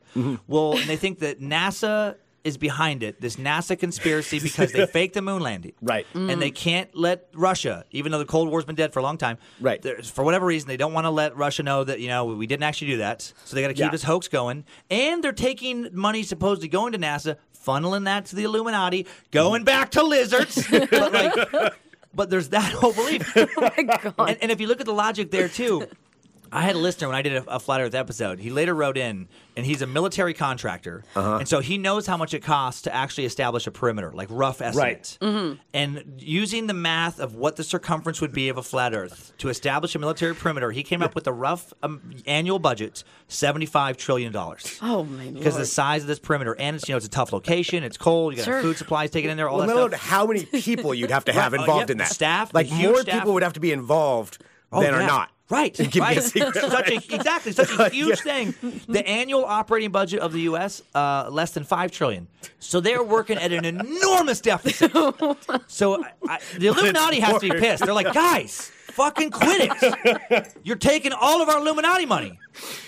[SPEAKER 7] Well, and they think that NASA is behind it. This NASA conspiracy because they faked the moon landing,
[SPEAKER 5] Right.
[SPEAKER 7] And they can't let Russia, even though the Cold War's been dead for a long time,
[SPEAKER 5] Right.
[SPEAKER 7] they're- For whatever reason, they don't want to let Russia know that you know we didn't actually do that. So they got to keep
[SPEAKER 5] Yeah.
[SPEAKER 7] this hoax going, and they're taking money supposedly going to NASA, funneling that to the Illuminati, going back to lizards. but, like, but there's that whole belief,
[SPEAKER 6] Oh my god!
[SPEAKER 7] and, and if you look at the logic there too. I had a listener when I did a, a Flat Earth episode. He later wrote in, and he's a military contractor,
[SPEAKER 6] Uh-huh.
[SPEAKER 7] and so he knows how much it costs to actually establish a perimeter, like rough estimate. And using the math of what the circumference would be of a flat Earth to establish a military perimeter, he came up with a rough um, annual budget seventy-five trillion dollars.
[SPEAKER 6] Oh my lord!
[SPEAKER 7] Because the size of this perimeter, and it's you know it's a tough location, it's cold, you got
[SPEAKER 6] Sure.
[SPEAKER 7] food supplies taken in there, all
[SPEAKER 5] Well,
[SPEAKER 7] that
[SPEAKER 5] let alone
[SPEAKER 7] stuff.
[SPEAKER 5] how many people you'd have to have
[SPEAKER 7] Right, oh,
[SPEAKER 5] involved
[SPEAKER 7] yep,
[SPEAKER 5] in that.
[SPEAKER 7] staff,
[SPEAKER 5] like
[SPEAKER 7] huge
[SPEAKER 5] more
[SPEAKER 7] staff.
[SPEAKER 5] people would have to be involved than
[SPEAKER 7] Oh, yeah.
[SPEAKER 5] are not.
[SPEAKER 7] Right.
[SPEAKER 5] Keeping
[SPEAKER 7] right.
[SPEAKER 5] a secret,
[SPEAKER 7] Such a, exactly. Such a huge thing. The annual operating budget of the U.S. Uh, less than five trillion. So they're working at an enormous deficit. So I, I, the Illuminati has to be
[SPEAKER 5] more.
[SPEAKER 7] pissed. They're like, guys, fucking quit it. You're taking all of our Illuminati money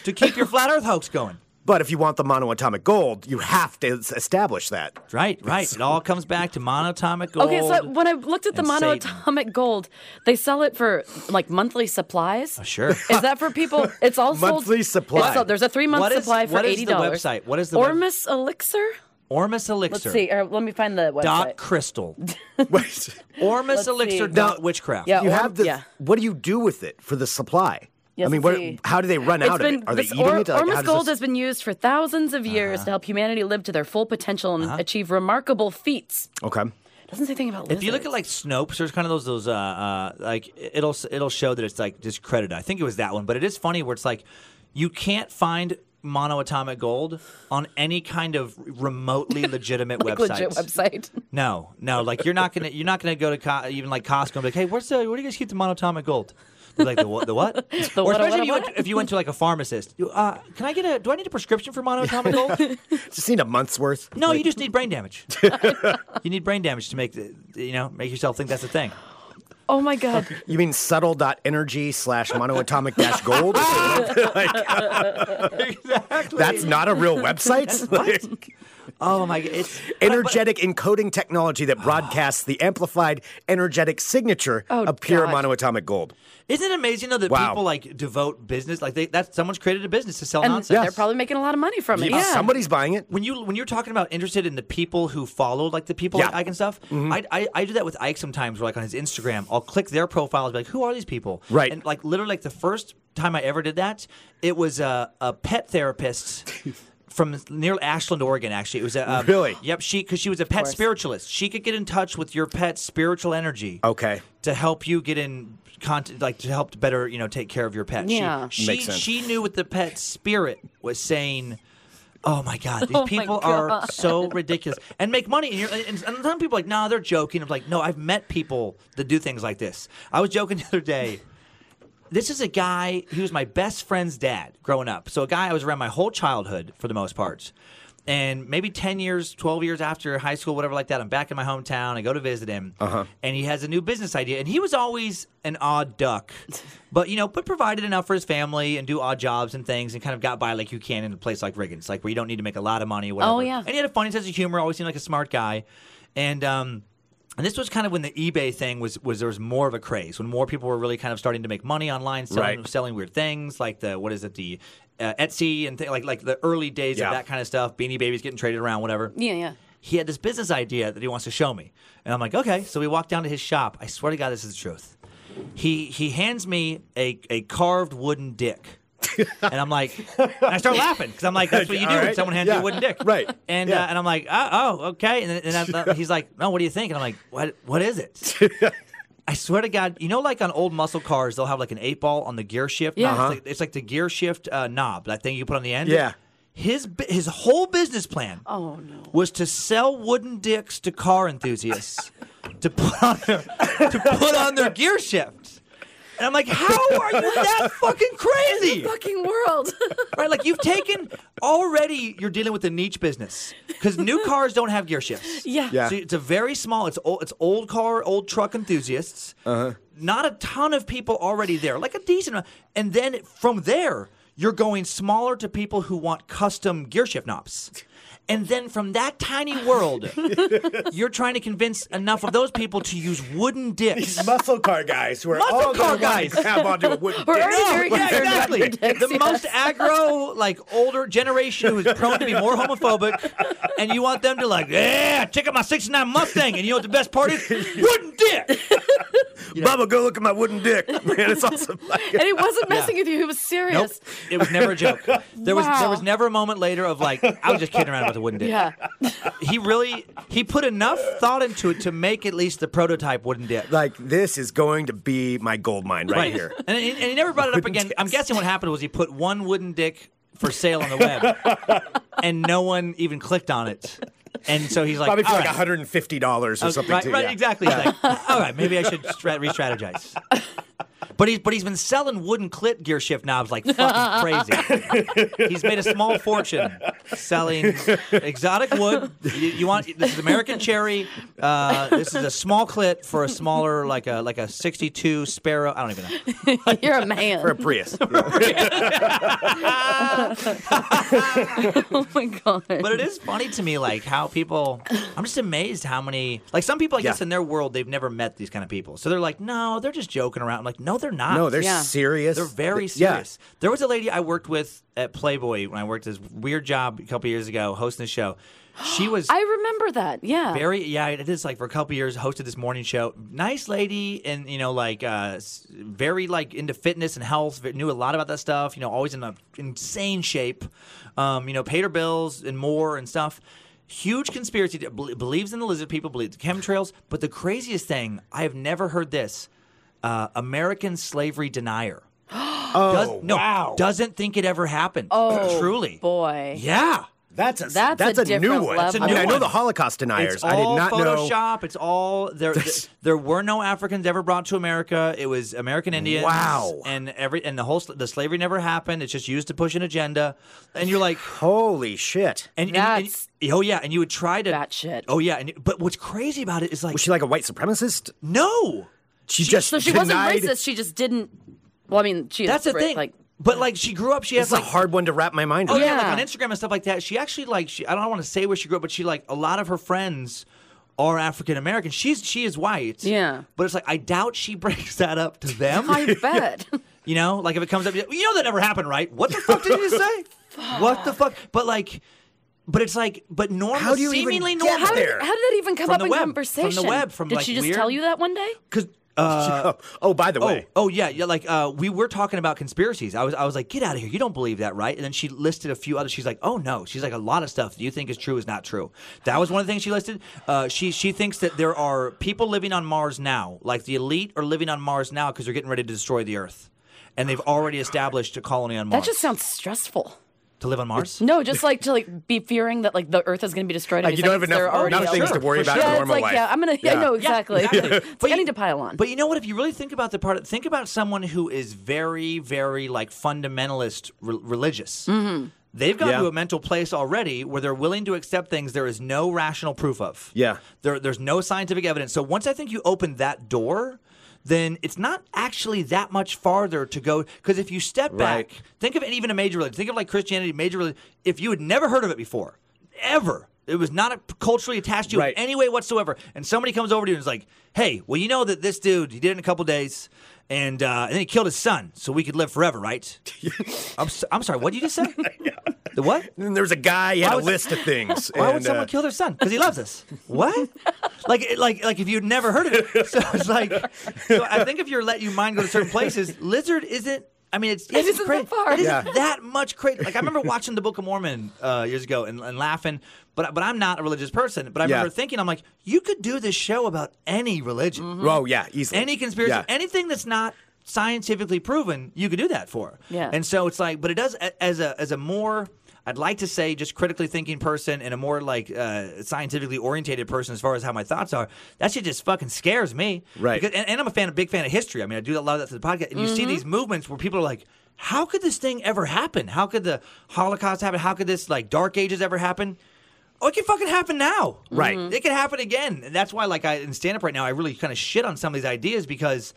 [SPEAKER 7] to keep your flat Earth hoax going.
[SPEAKER 5] But if you want the monoatomic gold, you have to s- establish that.
[SPEAKER 7] Right. Right. It all comes back to monatomic gold.
[SPEAKER 6] Okay, so when I looked at the
[SPEAKER 7] and Satan.
[SPEAKER 6] monoatomic gold, they sell it for like monthly supplies.
[SPEAKER 7] Oh, sure.
[SPEAKER 6] Is that for people? It's all sold-
[SPEAKER 5] Monthly
[SPEAKER 6] it's
[SPEAKER 5] supply.
[SPEAKER 6] sold- there's a three month
[SPEAKER 7] What is-
[SPEAKER 6] supply for
[SPEAKER 7] what is
[SPEAKER 6] eighty
[SPEAKER 7] the
[SPEAKER 6] dollars.
[SPEAKER 7] website? What is the web-
[SPEAKER 6] Ormus Elixir?
[SPEAKER 7] Ormus elixir.
[SPEAKER 6] Let's see. Or let me find the website.
[SPEAKER 7] Dot crystal.
[SPEAKER 5] Wait.
[SPEAKER 7] Ormus
[SPEAKER 6] see.
[SPEAKER 7] elixir.
[SPEAKER 6] Now-
[SPEAKER 7] Dot witchcraft.
[SPEAKER 6] Yeah,
[SPEAKER 5] you
[SPEAKER 6] or-
[SPEAKER 5] have the.
[SPEAKER 6] yeah.
[SPEAKER 5] What do you do with it for the supply?
[SPEAKER 6] Yes,
[SPEAKER 5] I mean,
[SPEAKER 6] let's
[SPEAKER 5] what,
[SPEAKER 6] see.
[SPEAKER 5] how do they run out of it? Are they
[SPEAKER 6] this
[SPEAKER 5] eating
[SPEAKER 6] or-
[SPEAKER 5] it? Like,
[SPEAKER 6] Ormus
[SPEAKER 5] how does
[SPEAKER 6] gold
[SPEAKER 5] this- Uh-huh.
[SPEAKER 6] has been used for thousands of years to help humanity live to their full potential and achieve remarkable feats.
[SPEAKER 5] okay.
[SPEAKER 6] Doesn't say anything about
[SPEAKER 7] If you look at like Snopes, there's kind of those those uh, uh like it'll it'll show that it's like discredited. I think it was that one, but it is funny where it's like you can't find monoatomic gold on any kind of remotely legitimate
[SPEAKER 6] like
[SPEAKER 7] website.
[SPEAKER 6] legit website.
[SPEAKER 7] No, no, like you're not gonna you're not gonna go to co- even like Costco and be like, hey, where's the where do you guys keep the monatomic gold? They're like the what? The what?
[SPEAKER 6] The
[SPEAKER 7] or especially
[SPEAKER 6] what, what,
[SPEAKER 7] if, you went
[SPEAKER 6] what?
[SPEAKER 7] to, if you went to like a pharmacist, you, uh, can I get a? Do I need a prescription for monoatomic gold?
[SPEAKER 5] Just need a month's worth.
[SPEAKER 7] No, you just need brain damage. you need brain damage to make the, you know make yourself think that's a thing.
[SPEAKER 6] Oh my god.
[SPEAKER 5] You mean subtle.energy slash monoatomic dash gold?
[SPEAKER 7] exactly.
[SPEAKER 5] That's not a real website? Like,
[SPEAKER 7] oh my god. It's
[SPEAKER 5] energetic encoding technology that broadcasts the amplified energetic signature
[SPEAKER 6] Oh,
[SPEAKER 5] of pure
[SPEAKER 6] God.
[SPEAKER 5] monoatomic gold.
[SPEAKER 7] isn't it amazing though that
[SPEAKER 5] Wow.
[SPEAKER 7] people like devote business like they that someone's created a business to sell
[SPEAKER 6] And
[SPEAKER 7] nonsense.
[SPEAKER 6] they're probably making a lot of money from it.
[SPEAKER 5] Yeah,
[SPEAKER 6] Yeah.
[SPEAKER 5] Somebody's buying it.
[SPEAKER 7] when you when you're talking about interested in the people who follow like the people
[SPEAKER 5] Yeah. Mm-hmm.
[SPEAKER 7] like Ike and stuff, I, I I do that with Ike sometimes. Where like on his Instagram, I'll click their profiles, be like, who are these people?
[SPEAKER 5] Right.
[SPEAKER 7] And like literally, like the first time I ever did that, it was a a pet therapist. From near Ashland, Oregon, actually, it was a um,
[SPEAKER 5] Really?
[SPEAKER 7] Yep, she because she was a pet spiritualist. She could get in touch with your pet's spiritual energy.
[SPEAKER 5] Okay.
[SPEAKER 7] to help you get in content, like to help better, you know, take care of your pet.
[SPEAKER 6] Yeah.
[SPEAKER 7] she she,
[SPEAKER 5] Makes sense.
[SPEAKER 7] she knew what the pet spirit was saying. Oh my God, these
[SPEAKER 6] Oh my
[SPEAKER 7] people are so ridiculous and make money. And, you're, and, and some people are like, nah, they're joking. I'm like, no, I've met people that do things like this. I was joking the other day. This is a guy. He was my best friend's dad growing up. So a guy I was around my whole childhood for the most part. And maybe 10 years, 12 years after high school, whatever like that, I'm back in my hometown. I go to visit him. And he has a new business idea. And he was always an odd duck, but, you know, but provided enough for his family and do odd jobs and things and kind of got by like you can in a place like Riggins, like where you don't need to make a lot of money. Whatever.
[SPEAKER 6] yeah.
[SPEAKER 7] And he had a funny sense of humor, always seemed like a smart guy. And, um, and this was kind of when the eBay thing was was there was more of a craze when more people were really kind of starting to make money online selling
[SPEAKER 5] Right.
[SPEAKER 7] selling weird things like the what is it the uh, Etsy and th- like like the early days
[SPEAKER 5] Yeah.
[SPEAKER 7] of that kind of stuff Beanie Babies getting traded around whatever.
[SPEAKER 6] yeah, yeah.
[SPEAKER 7] He had this business idea that he wants to show me, and I'm like okay. So we walk down to his shop. I swear to God, this is the truth. He he hands me a a carved wooden dick. and I'm like, and I start laughing because I'm like, that's what you do
[SPEAKER 5] All
[SPEAKER 7] when
[SPEAKER 5] right.
[SPEAKER 7] someone hands you
[SPEAKER 5] Yeah.
[SPEAKER 7] a wooden dick,
[SPEAKER 5] Right.
[SPEAKER 7] And
[SPEAKER 5] Yeah.
[SPEAKER 7] uh, and I'm like, oh, oh okay. And, then- and I, he's like, no, what do you think? And I'm like, what what is it? I swear to God, you know, like on old muscle cars, they'll have like an eight ball on the gear shift.
[SPEAKER 6] Yeah.
[SPEAKER 7] knob.
[SPEAKER 6] Uh-huh.
[SPEAKER 7] It's, like, it's like the gear shift uh, knob, that thing you put on the end.
[SPEAKER 5] Yeah.
[SPEAKER 7] His bu- his whole business plan
[SPEAKER 6] Oh, no.
[SPEAKER 7] was to sell wooden dicks to car enthusiasts to put on their, to put on their gear shift. And I'm like, how are you that fucking crazy?
[SPEAKER 6] Fucking world.
[SPEAKER 7] Right? Like you've taken already you're dealing with a niche business cuz new cars don't have gear shifts.
[SPEAKER 6] yeah.
[SPEAKER 5] Yeah.
[SPEAKER 7] So it's a very small. It's old. It's old car, old truck enthusiasts. Not a ton of people already there, like a decent. amount. And then from there, you're going smaller to people who want custom gear shift knobs. And then from that tiny world, you're trying to convince enough of those people to use wooden dicks.
[SPEAKER 5] These muscle car guys who are
[SPEAKER 7] Muscle car
[SPEAKER 5] all gonna want to
[SPEAKER 7] guys.
[SPEAKER 5] grab onto a wooden
[SPEAKER 6] We're
[SPEAKER 5] dick.
[SPEAKER 6] already very
[SPEAKER 7] yeah,
[SPEAKER 6] concerned about
[SPEAKER 7] exactly.
[SPEAKER 6] your dicks,
[SPEAKER 7] The most aggro, like older generation who is prone to be more homophobic, and you want them to like, yeah, check out my '69 Mustang, and you know what the best part is? Wooden dick.
[SPEAKER 5] Bubba, go look at my wooden dick. Man, it's awesome. Like,
[SPEAKER 6] And he wasn't messing with you. He was serious.
[SPEAKER 7] It was never a joke. There was there
[SPEAKER 6] Wow.
[SPEAKER 7] was never a moment later of like, I was just kidding around about the wooden dick.
[SPEAKER 6] Yeah.
[SPEAKER 7] He really he put enough thought into it to make at least the prototype wooden dick.
[SPEAKER 5] like, this is going to be my gold mine right, here.
[SPEAKER 7] And he, and he never brought it up
[SPEAKER 5] Wooden
[SPEAKER 7] again. I'm
[SPEAKER 5] dicks.
[SPEAKER 7] guessing what happened was he put one wooden dick for sale on the web, and no one even clicked on it. And so he's like,
[SPEAKER 5] Probably for
[SPEAKER 7] "All
[SPEAKER 5] like
[SPEAKER 7] right."
[SPEAKER 5] $150 or
[SPEAKER 7] Okay,
[SPEAKER 5] something,
[SPEAKER 7] right,
[SPEAKER 5] too.
[SPEAKER 7] right,
[SPEAKER 5] yeah.
[SPEAKER 7] exactly. He's like, all right, maybe I should stra- re-strategize. But he's but he's been selling wooden clit gear shift knobs like fucking crazy. he's made a small fortune selling exotic wood. You, you want this is American cherry. Uh, this is a small clit for a smaller like a like a sixty two sparrow. I don't even know.
[SPEAKER 6] You're a man.
[SPEAKER 5] For a Prius.
[SPEAKER 6] oh my god.
[SPEAKER 7] But it is funny to me, like how people. I'm just amazed how many. Like some people, I guess,
[SPEAKER 5] Yeah.
[SPEAKER 7] in their world, they've never met these kind of people, so they're like, no, they're just joking around. I'm like, no, they're not.
[SPEAKER 5] No, they're
[SPEAKER 6] Yeah.
[SPEAKER 5] serious.
[SPEAKER 7] They're very
[SPEAKER 5] Th- yeah.
[SPEAKER 7] serious. There was a lady I worked with at Playboy when I worked this weird job a couple years ago hosting the show. She was
[SPEAKER 6] I remember that. Yeah.
[SPEAKER 7] very yeah, I did this like for a couple years, hosted this morning show. Nice lady and you know like uh s- very like into fitness and health, v- knew a lot about that stuff, you know, always in a insane shape. Um, you know, paid her bills and more and stuff. Huge conspiracy d- bel- believes in the lizard people, believes the chemtrails, but the craziest thing, I have never heard this. Uh, American slavery denier. Does,
[SPEAKER 5] Oh,
[SPEAKER 7] no, doesn't think it ever happened.
[SPEAKER 6] Oh,
[SPEAKER 7] truly.
[SPEAKER 6] boy.
[SPEAKER 7] Yeah.
[SPEAKER 5] That's a,
[SPEAKER 6] That's
[SPEAKER 5] that's
[SPEAKER 6] a
[SPEAKER 5] a new
[SPEAKER 6] different
[SPEAKER 5] one.
[SPEAKER 6] level.
[SPEAKER 5] I mean, I know
[SPEAKER 7] one.
[SPEAKER 5] the Holocaust deniers.
[SPEAKER 7] It's
[SPEAKER 5] I did
[SPEAKER 7] all
[SPEAKER 5] not know.
[SPEAKER 7] Photoshop. It's all there. th- there were no Africans ever brought to America. It was American Indians.
[SPEAKER 5] Wow.
[SPEAKER 7] And every and the whole sl- the slavery never happened. It's just used to push an agenda. And you're like,
[SPEAKER 5] Holy shit.
[SPEAKER 7] and, and- and-
[SPEAKER 6] That's-
[SPEAKER 7] oh yeah, and you would try to
[SPEAKER 6] Batshit.
[SPEAKER 7] Oh yeah, and but what's crazy about it is like
[SPEAKER 5] Was she like a white supremacist?
[SPEAKER 7] no.
[SPEAKER 5] She, just
[SPEAKER 6] So she
[SPEAKER 5] denied-
[SPEAKER 6] wasn't racist. She just didn't. Well, I mean, she. is
[SPEAKER 7] That's the
[SPEAKER 6] ra-
[SPEAKER 7] thing.
[SPEAKER 6] Like,
[SPEAKER 7] but like she grew up. She has
[SPEAKER 5] That's a
[SPEAKER 7] like
[SPEAKER 5] hard one to wrap my mind
[SPEAKER 7] Oh
[SPEAKER 5] around.
[SPEAKER 7] yeah. like
[SPEAKER 6] Yeah.
[SPEAKER 7] on Instagram and stuff like that. She actually like she, I don't want to say where she grew up, but she like a lot of her friends are African American. She's she is white.
[SPEAKER 6] Yeah.
[SPEAKER 7] But it's like I doubt she brings that up to them.
[SPEAKER 6] I bet.
[SPEAKER 7] you know, like if it comes up, you know that never happened, right? What the fuck did you just say? What the fuck? But like, but it's like, but normal,
[SPEAKER 5] How do you even
[SPEAKER 7] seemingly
[SPEAKER 5] get
[SPEAKER 7] normal.
[SPEAKER 6] how, did,
[SPEAKER 5] There.
[SPEAKER 6] how did that even come
[SPEAKER 7] From
[SPEAKER 6] up
[SPEAKER 7] the
[SPEAKER 6] in
[SPEAKER 7] web. From the
[SPEAKER 6] conversation?
[SPEAKER 7] web, from,
[SPEAKER 6] did
[SPEAKER 7] like,
[SPEAKER 6] she just
[SPEAKER 7] weird-
[SPEAKER 6] tell you that one day?
[SPEAKER 7] Because uh,
[SPEAKER 5] Oh, oh, by the
[SPEAKER 7] Oh,
[SPEAKER 5] way.
[SPEAKER 7] oh yeah, yeah. Like uh, we were talking about conspiracies. I was, I was like, get out of here. You don't believe that, right? And then she listed a few others. She's like, oh no. She's like, a lot of stuff that you think is true is not true. That was one of the things she listed. Uh, she, she thinks that there are people living on Mars now, like the elite are living on Mars now because they're getting ready to destroy the Earth, and they've already established a colony on
[SPEAKER 6] That
[SPEAKER 7] Mars.
[SPEAKER 6] just sounds stressful.
[SPEAKER 7] to live on Mars.
[SPEAKER 6] No, just like to like be fearing that like the Earth is going to be destroyed.
[SPEAKER 5] Like,
[SPEAKER 6] any
[SPEAKER 5] you don't have
[SPEAKER 6] second, so
[SPEAKER 5] enough-
[SPEAKER 6] they're already
[SPEAKER 5] enough things
[SPEAKER 6] out.
[SPEAKER 5] to worry about
[SPEAKER 6] yeah,
[SPEAKER 5] in
[SPEAKER 6] it's
[SPEAKER 5] normal
[SPEAKER 6] like,
[SPEAKER 5] life.
[SPEAKER 6] Yeah, I'm gonna. Yeah,
[SPEAKER 5] Yeah.
[SPEAKER 6] I know exactly.
[SPEAKER 7] exactly.
[SPEAKER 6] It's like, I need to pile on.
[SPEAKER 7] But you know what? If you really think about the part, think about someone who is very, very like fundamentalist re- religious. They've gone
[SPEAKER 5] Yeah.
[SPEAKER 7] to a mental place already where they're willing to accept things there is no rational proof of.
[SPEAKER 5] Yeah.
[SPEAKER 7] There, there's no scientific evidence. So once I think you open that door, then it's not actually that much farther to go. Because if you step
[SPEAKER 5] Right.
[SPEAKER 7] back, think of even a major religion, think of like Christianity, major religion. If you had never heard of it before, ever, it was not a, culturally attached to you
[SPEAKER 5] Right.
[SPEAKER 7] in any way whatsoever, and somebody comes over to you and is like, "Hey, well, you know that this dude he did it in a couple days." And, uh, and then he killed his son, so we could live forever, right? I'm, so, am sorry. What did you just say? The what?
[SPEAKER 5] And then there's a guy, he had
[SPEAKER 7] Why
[SPEAKER 5] a
[SPEAKER 7] was-
[SPEAKER 5] list of things.
[SPEAKER 7] Why would
[SPEAKER 5] and,
[SPEAKER 7] someone
[SPEAKER 5] uh,
[SPEAKER 7] kill their son? Because he loves us. What? like, it- like, like if you'd never heard of it. So it's like, so I think if you're let your mind go to certain places, lizard isn't. I mean, it's yes, it's
[SPEAKER 6] isn't
[SPEAKER 7] cra-
[SPEAKER 6] that far.
[SPEAKER 7] It isn't
[SPEAKER 5] Yeah.
[SPEAKER 7] that much crazy. Like I remember watching the Book of Mormon uh, years ago and, and laughing, but but I'm not a religious person. But I
[SPEAKER 5] Yeah.
[SPEAKER 7] remember thinking, I'm like, you could do this show about any religion,
[SPEAKER 6] Mm-hmm.
[SPEAKER 5] Oh, yeah, easily.
[SPEAKER 7] any conspiracy,
[SPEAKER 5] Yeah.
[SPEAKER 7] anything that's not scientifically proven, you could do that for.
[SPEAKER 6] Yeah.
[SPEAKER 7] And so it's like, but it does a- as a as a more I'd like to say just critically thinking person and a more like uh, scientifically orientated person as far as how my thoughts are. That shit just fucking scares me.
[SPEAKER 5] Right.
[SPEAKER 7] Because, and, and I'm a fan, a big fan of history. I mean, I do a lot of that through the podcast. And you see these movements where people are like. How could this thing ever happen? How could the Holocaust happen? How could this like Dark Ages ever happen? Oh, it can fucking happen now.
[SPEAKER 5] Right. Mhm.
[SPEAKER 7] It can happen again. And that's why, like, I in stand up right now, I really kind of shit on some of these ideas because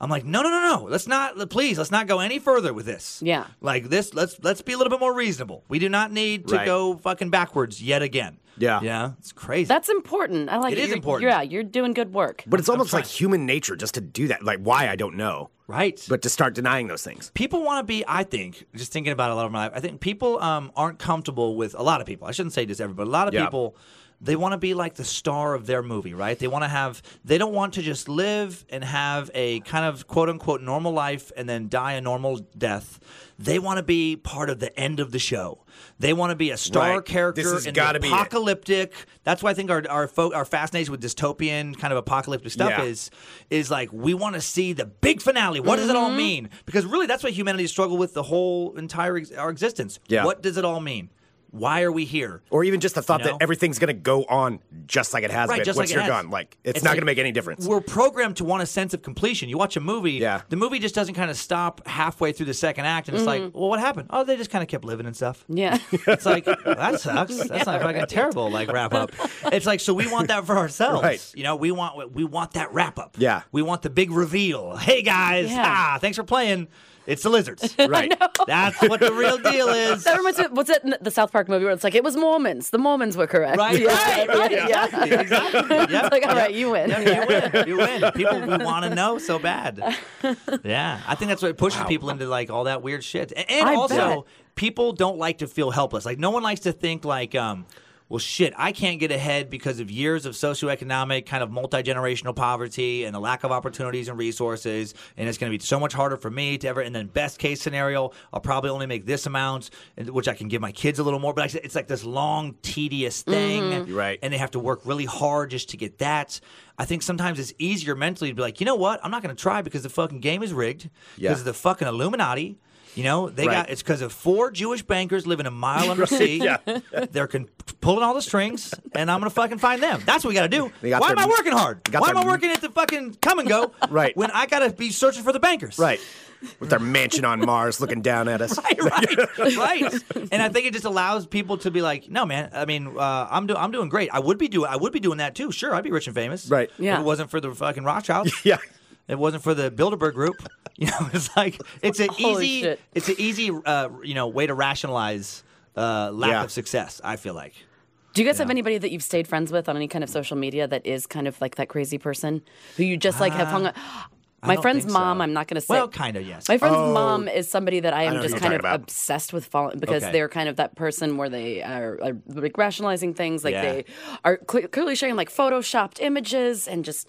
[SPEAKER 7] I'm like, no, no, no, no. Let's not. Please, let's not go any further with this.
[SPEAKER 6] Yeah.
[SPEAKER 7] Like this. Let's let's be a little bit more reasonable. We do not need to
[SPEAKER 5] Right.
[SPEAKER 7] go fucking backwards yet again.
[SPEAKER 5] Yeah.
[SPEAKER 7] Yeah. It's crazy.
[SPEAKER 6] That's important. I like
[SPEAKER 7] It
[SPEAKER 6] it.
[SPEAKER 7] is
[SPEAKER 6] You're-
[SPEAKER 7] important.
[SPEAKER 6] Yeah, you're doing good work.
[SPEAKER 5] But it's almost like human nature just to do that. Like, why? I don't know.
[SPEAKER 7] right.
[SPEAKER 5] But to start denying those things.
[SPEAKER 7] people want to be i think just thinking about it a lot of my life i think people um, aren't comfortable with a lot of people i shouldn't say just everybody a lot of
[SPEAKER 5] Yeah.
[SPEAKER 7] people they want to be like the star of their movie right they want to have they don't want to just live and have a kind of quote unquote normal life and then die a normal death they want to be part of the end of the show they want to be a star
[SPEAKER 5] Right.
[SPEAKER 7] character
[SPEAKER 5] This has
[SPEAKER 7] in
[SPEAKER 5] gotta
[SPEAKER 7] the
[SPEAKER 5] be it.
[SPEAKER 7] apocalyptic that's why i think our our, fo- our fascination with dystopian kind of apocalyptic stuff
[SPEAKER 5] Yeah.
[SPEAKER 7] is is is like we want to see the big finale. What does it
[SPEAKER 6] Mm-hmm.
[SPEAKER 7] all mean? Because really, that's what humanity struggled with the whole entire ex- our existence.
[SPEAKER 5] Yeah.
[SPEAKER 7] What does it all mean? Why are we here?
[SPEAKER 5] Or even just the thought
[SPEAKER 7] You know?
[SPEAKER 5] that everything's going to go on just like it has
[SPEAKER 7] Right,
[SPEAKER 5] been
[SPEAKER 7] just like
[SPEAKER 5] once
[SPEAKER 7] it
[SPEAKER 5] you're
[SPEAKER 7] has.
[SPEAKER 5] gone. Like, it's, not
[SPEAKER 7] like
[SPEAKER 5] going to make any difference.
[SPEAKER 7] We're programmed to want a sense of completion. You watch a movie,
[SPEAKER 5] Yeah.
[SPEAKER 7] the movie just doesn't kind of stop halfway through the second act, and it's like, well, what happened? Oh, they just kind of kept living and stuff.
[SPEAKER 6] Mm-hmm. Yeah.
[SPEAKER 7] It's like that sucks. That's not fucking terrible. Like wrap up. It's like so we want that for ourselves.
[SPEAKER 5] Right.
[SPEAKER 7] You know, we want we want that wrap up.
[SPEAKER 5] Yeah.
[SPEAKER 7] We want the big reveal. Hey guys,
[SPEAKER 6] Yeah.
[SPEAKER 7] ah, thanks for playing. It's the lizards.
[SPEAKER 5] Right.
[SPEAKER 7] That's what the real deal is.
[SPEAKER 6] That reminds me. What's that? n- The South Park movie where it's like it was Mormons. The Mormons were correct.
[SPEAKER 7] Right,
[SPEAKER 6] Yeah,
[SPEAKER 7] right, right,
[SPEAKER 6] yeah.
[SPEAKER 7] exactly, exactly. Yep,
[SPEAKER 6] It's like all
[SPEAKER 7] yep.
[SPEAKER 6] right, you win.
[SPEAKER 7] Yeah, you win. You win. People we want to know so bad. Yeah, I think that's what pushes people into like all that weird shit. A- And
[SPEAKER 6] I
[SPEAKER 7] also,
[SPEAKER 6] bet.
[SPEAKER 7] people don't like to feel helpless. Like no one likes to think like, um, well, shit, I can't get ahead because of years of socioeconomic kind of multi generational poverty and the lack of opportunities and resources, and it's going to be so much harder for me to ever. And then best case scenario, I'll probably only make this amount, and- which I can give my kids a little more. But I- it's like this long, tedious thing,
[SPEAKER 6] Mm-hmm.
[SPEAKER 5] Right.
[SPEAKER 7] And they have to work really hard just to get that. I think sometimes it's easier mentally to be like, you know what? I'm not going to try because the fucking game is rigged
[SPEAKER 5] Yeah.
[SPEAKER 7] because of the fucking Illuminati. You know, they
[SPEAKER 5] Right.
[SPEAKER 7] got it's because of four Jewish bankers living a mile under sea.
[SPEAKER 5] yeah.
[SPEAKER 7] They're con- pulling all the strings, and I'm gonna fucking find them. That's what we gotta do.
[SPEAKER 5] They got
[SPEAKER 7] Why
[SPEAKER 5] their-
[SPEAKER 7] am I working hard?
[SPEAKER 5] got
[SPEAKER 7] Why am
[SPEAKER 5] their-
[SPEAKER 7] I working at the fucking come and go?
[SPEAKER 5] Right.
[SPEAKER 7] When I gotta be searching for the bankers.
[SPEAKER 5] Right. With their mansion on Mars looking down at us.
[SPEAKER 7] right, right. And I think it just allows people to be like, no, man. I mean, uh, I'm doing, I'm doing great. I would be doing, I would be doing that too. Sure, I'd be rich and famous.
[SPEAKER 5] Right.
[SPEAKER 6] Yeah.
[SPEAKER 7] If it wasn't for the fucking Rothschilds.
[SPEAKER 5] Yeah.
[SPEAKER 7] If It wasn't for the Bilderberg Group. You know, it's like it's an
[SPEAKER 6] Holy
[SPEAKER 7] easy,
[SPEAKER 6] shit.
[SPEAKER 7] it's an easy, uh, you know, way to rationalize uh, lack
[SPEAKER 5] Yeah.
[SPEAKER 7] of success. I feel like.
[SPEAKER 6] Do you guys have anybody that you've stayed friends with on any kind of social media that is kind of like that crazy person who you just like have hung? up?
[SPEAKER 7] Uh,
[SPEAKER 6] My
[SPEAKER 7] don't
[SPEAKER 6] friend's
[SPEAKER 7] think so.
[SPEAKER 6] mom. I'm not going to say.
[SPEAKER 7] Well, oh. kind of yes.
[SPEAKER 6] My friend's mom is somebody that I am
[SPEAKER 5] know who
[SPEAKER 6] just
[SPEAKER 5] you're
[SPEAKER 6] kind of
[SPEAKER 5] talking about.
[SPEAKER 6] obsessed with following because
[SPEAKER 7] Okay.
[SPEAKER 6] they're kind of that person where they are, are like rationalizing things, like
[SPEAKER 7] Yeah.
[SPEAKER 6] they are cle clearly sharing like photoshopped images and just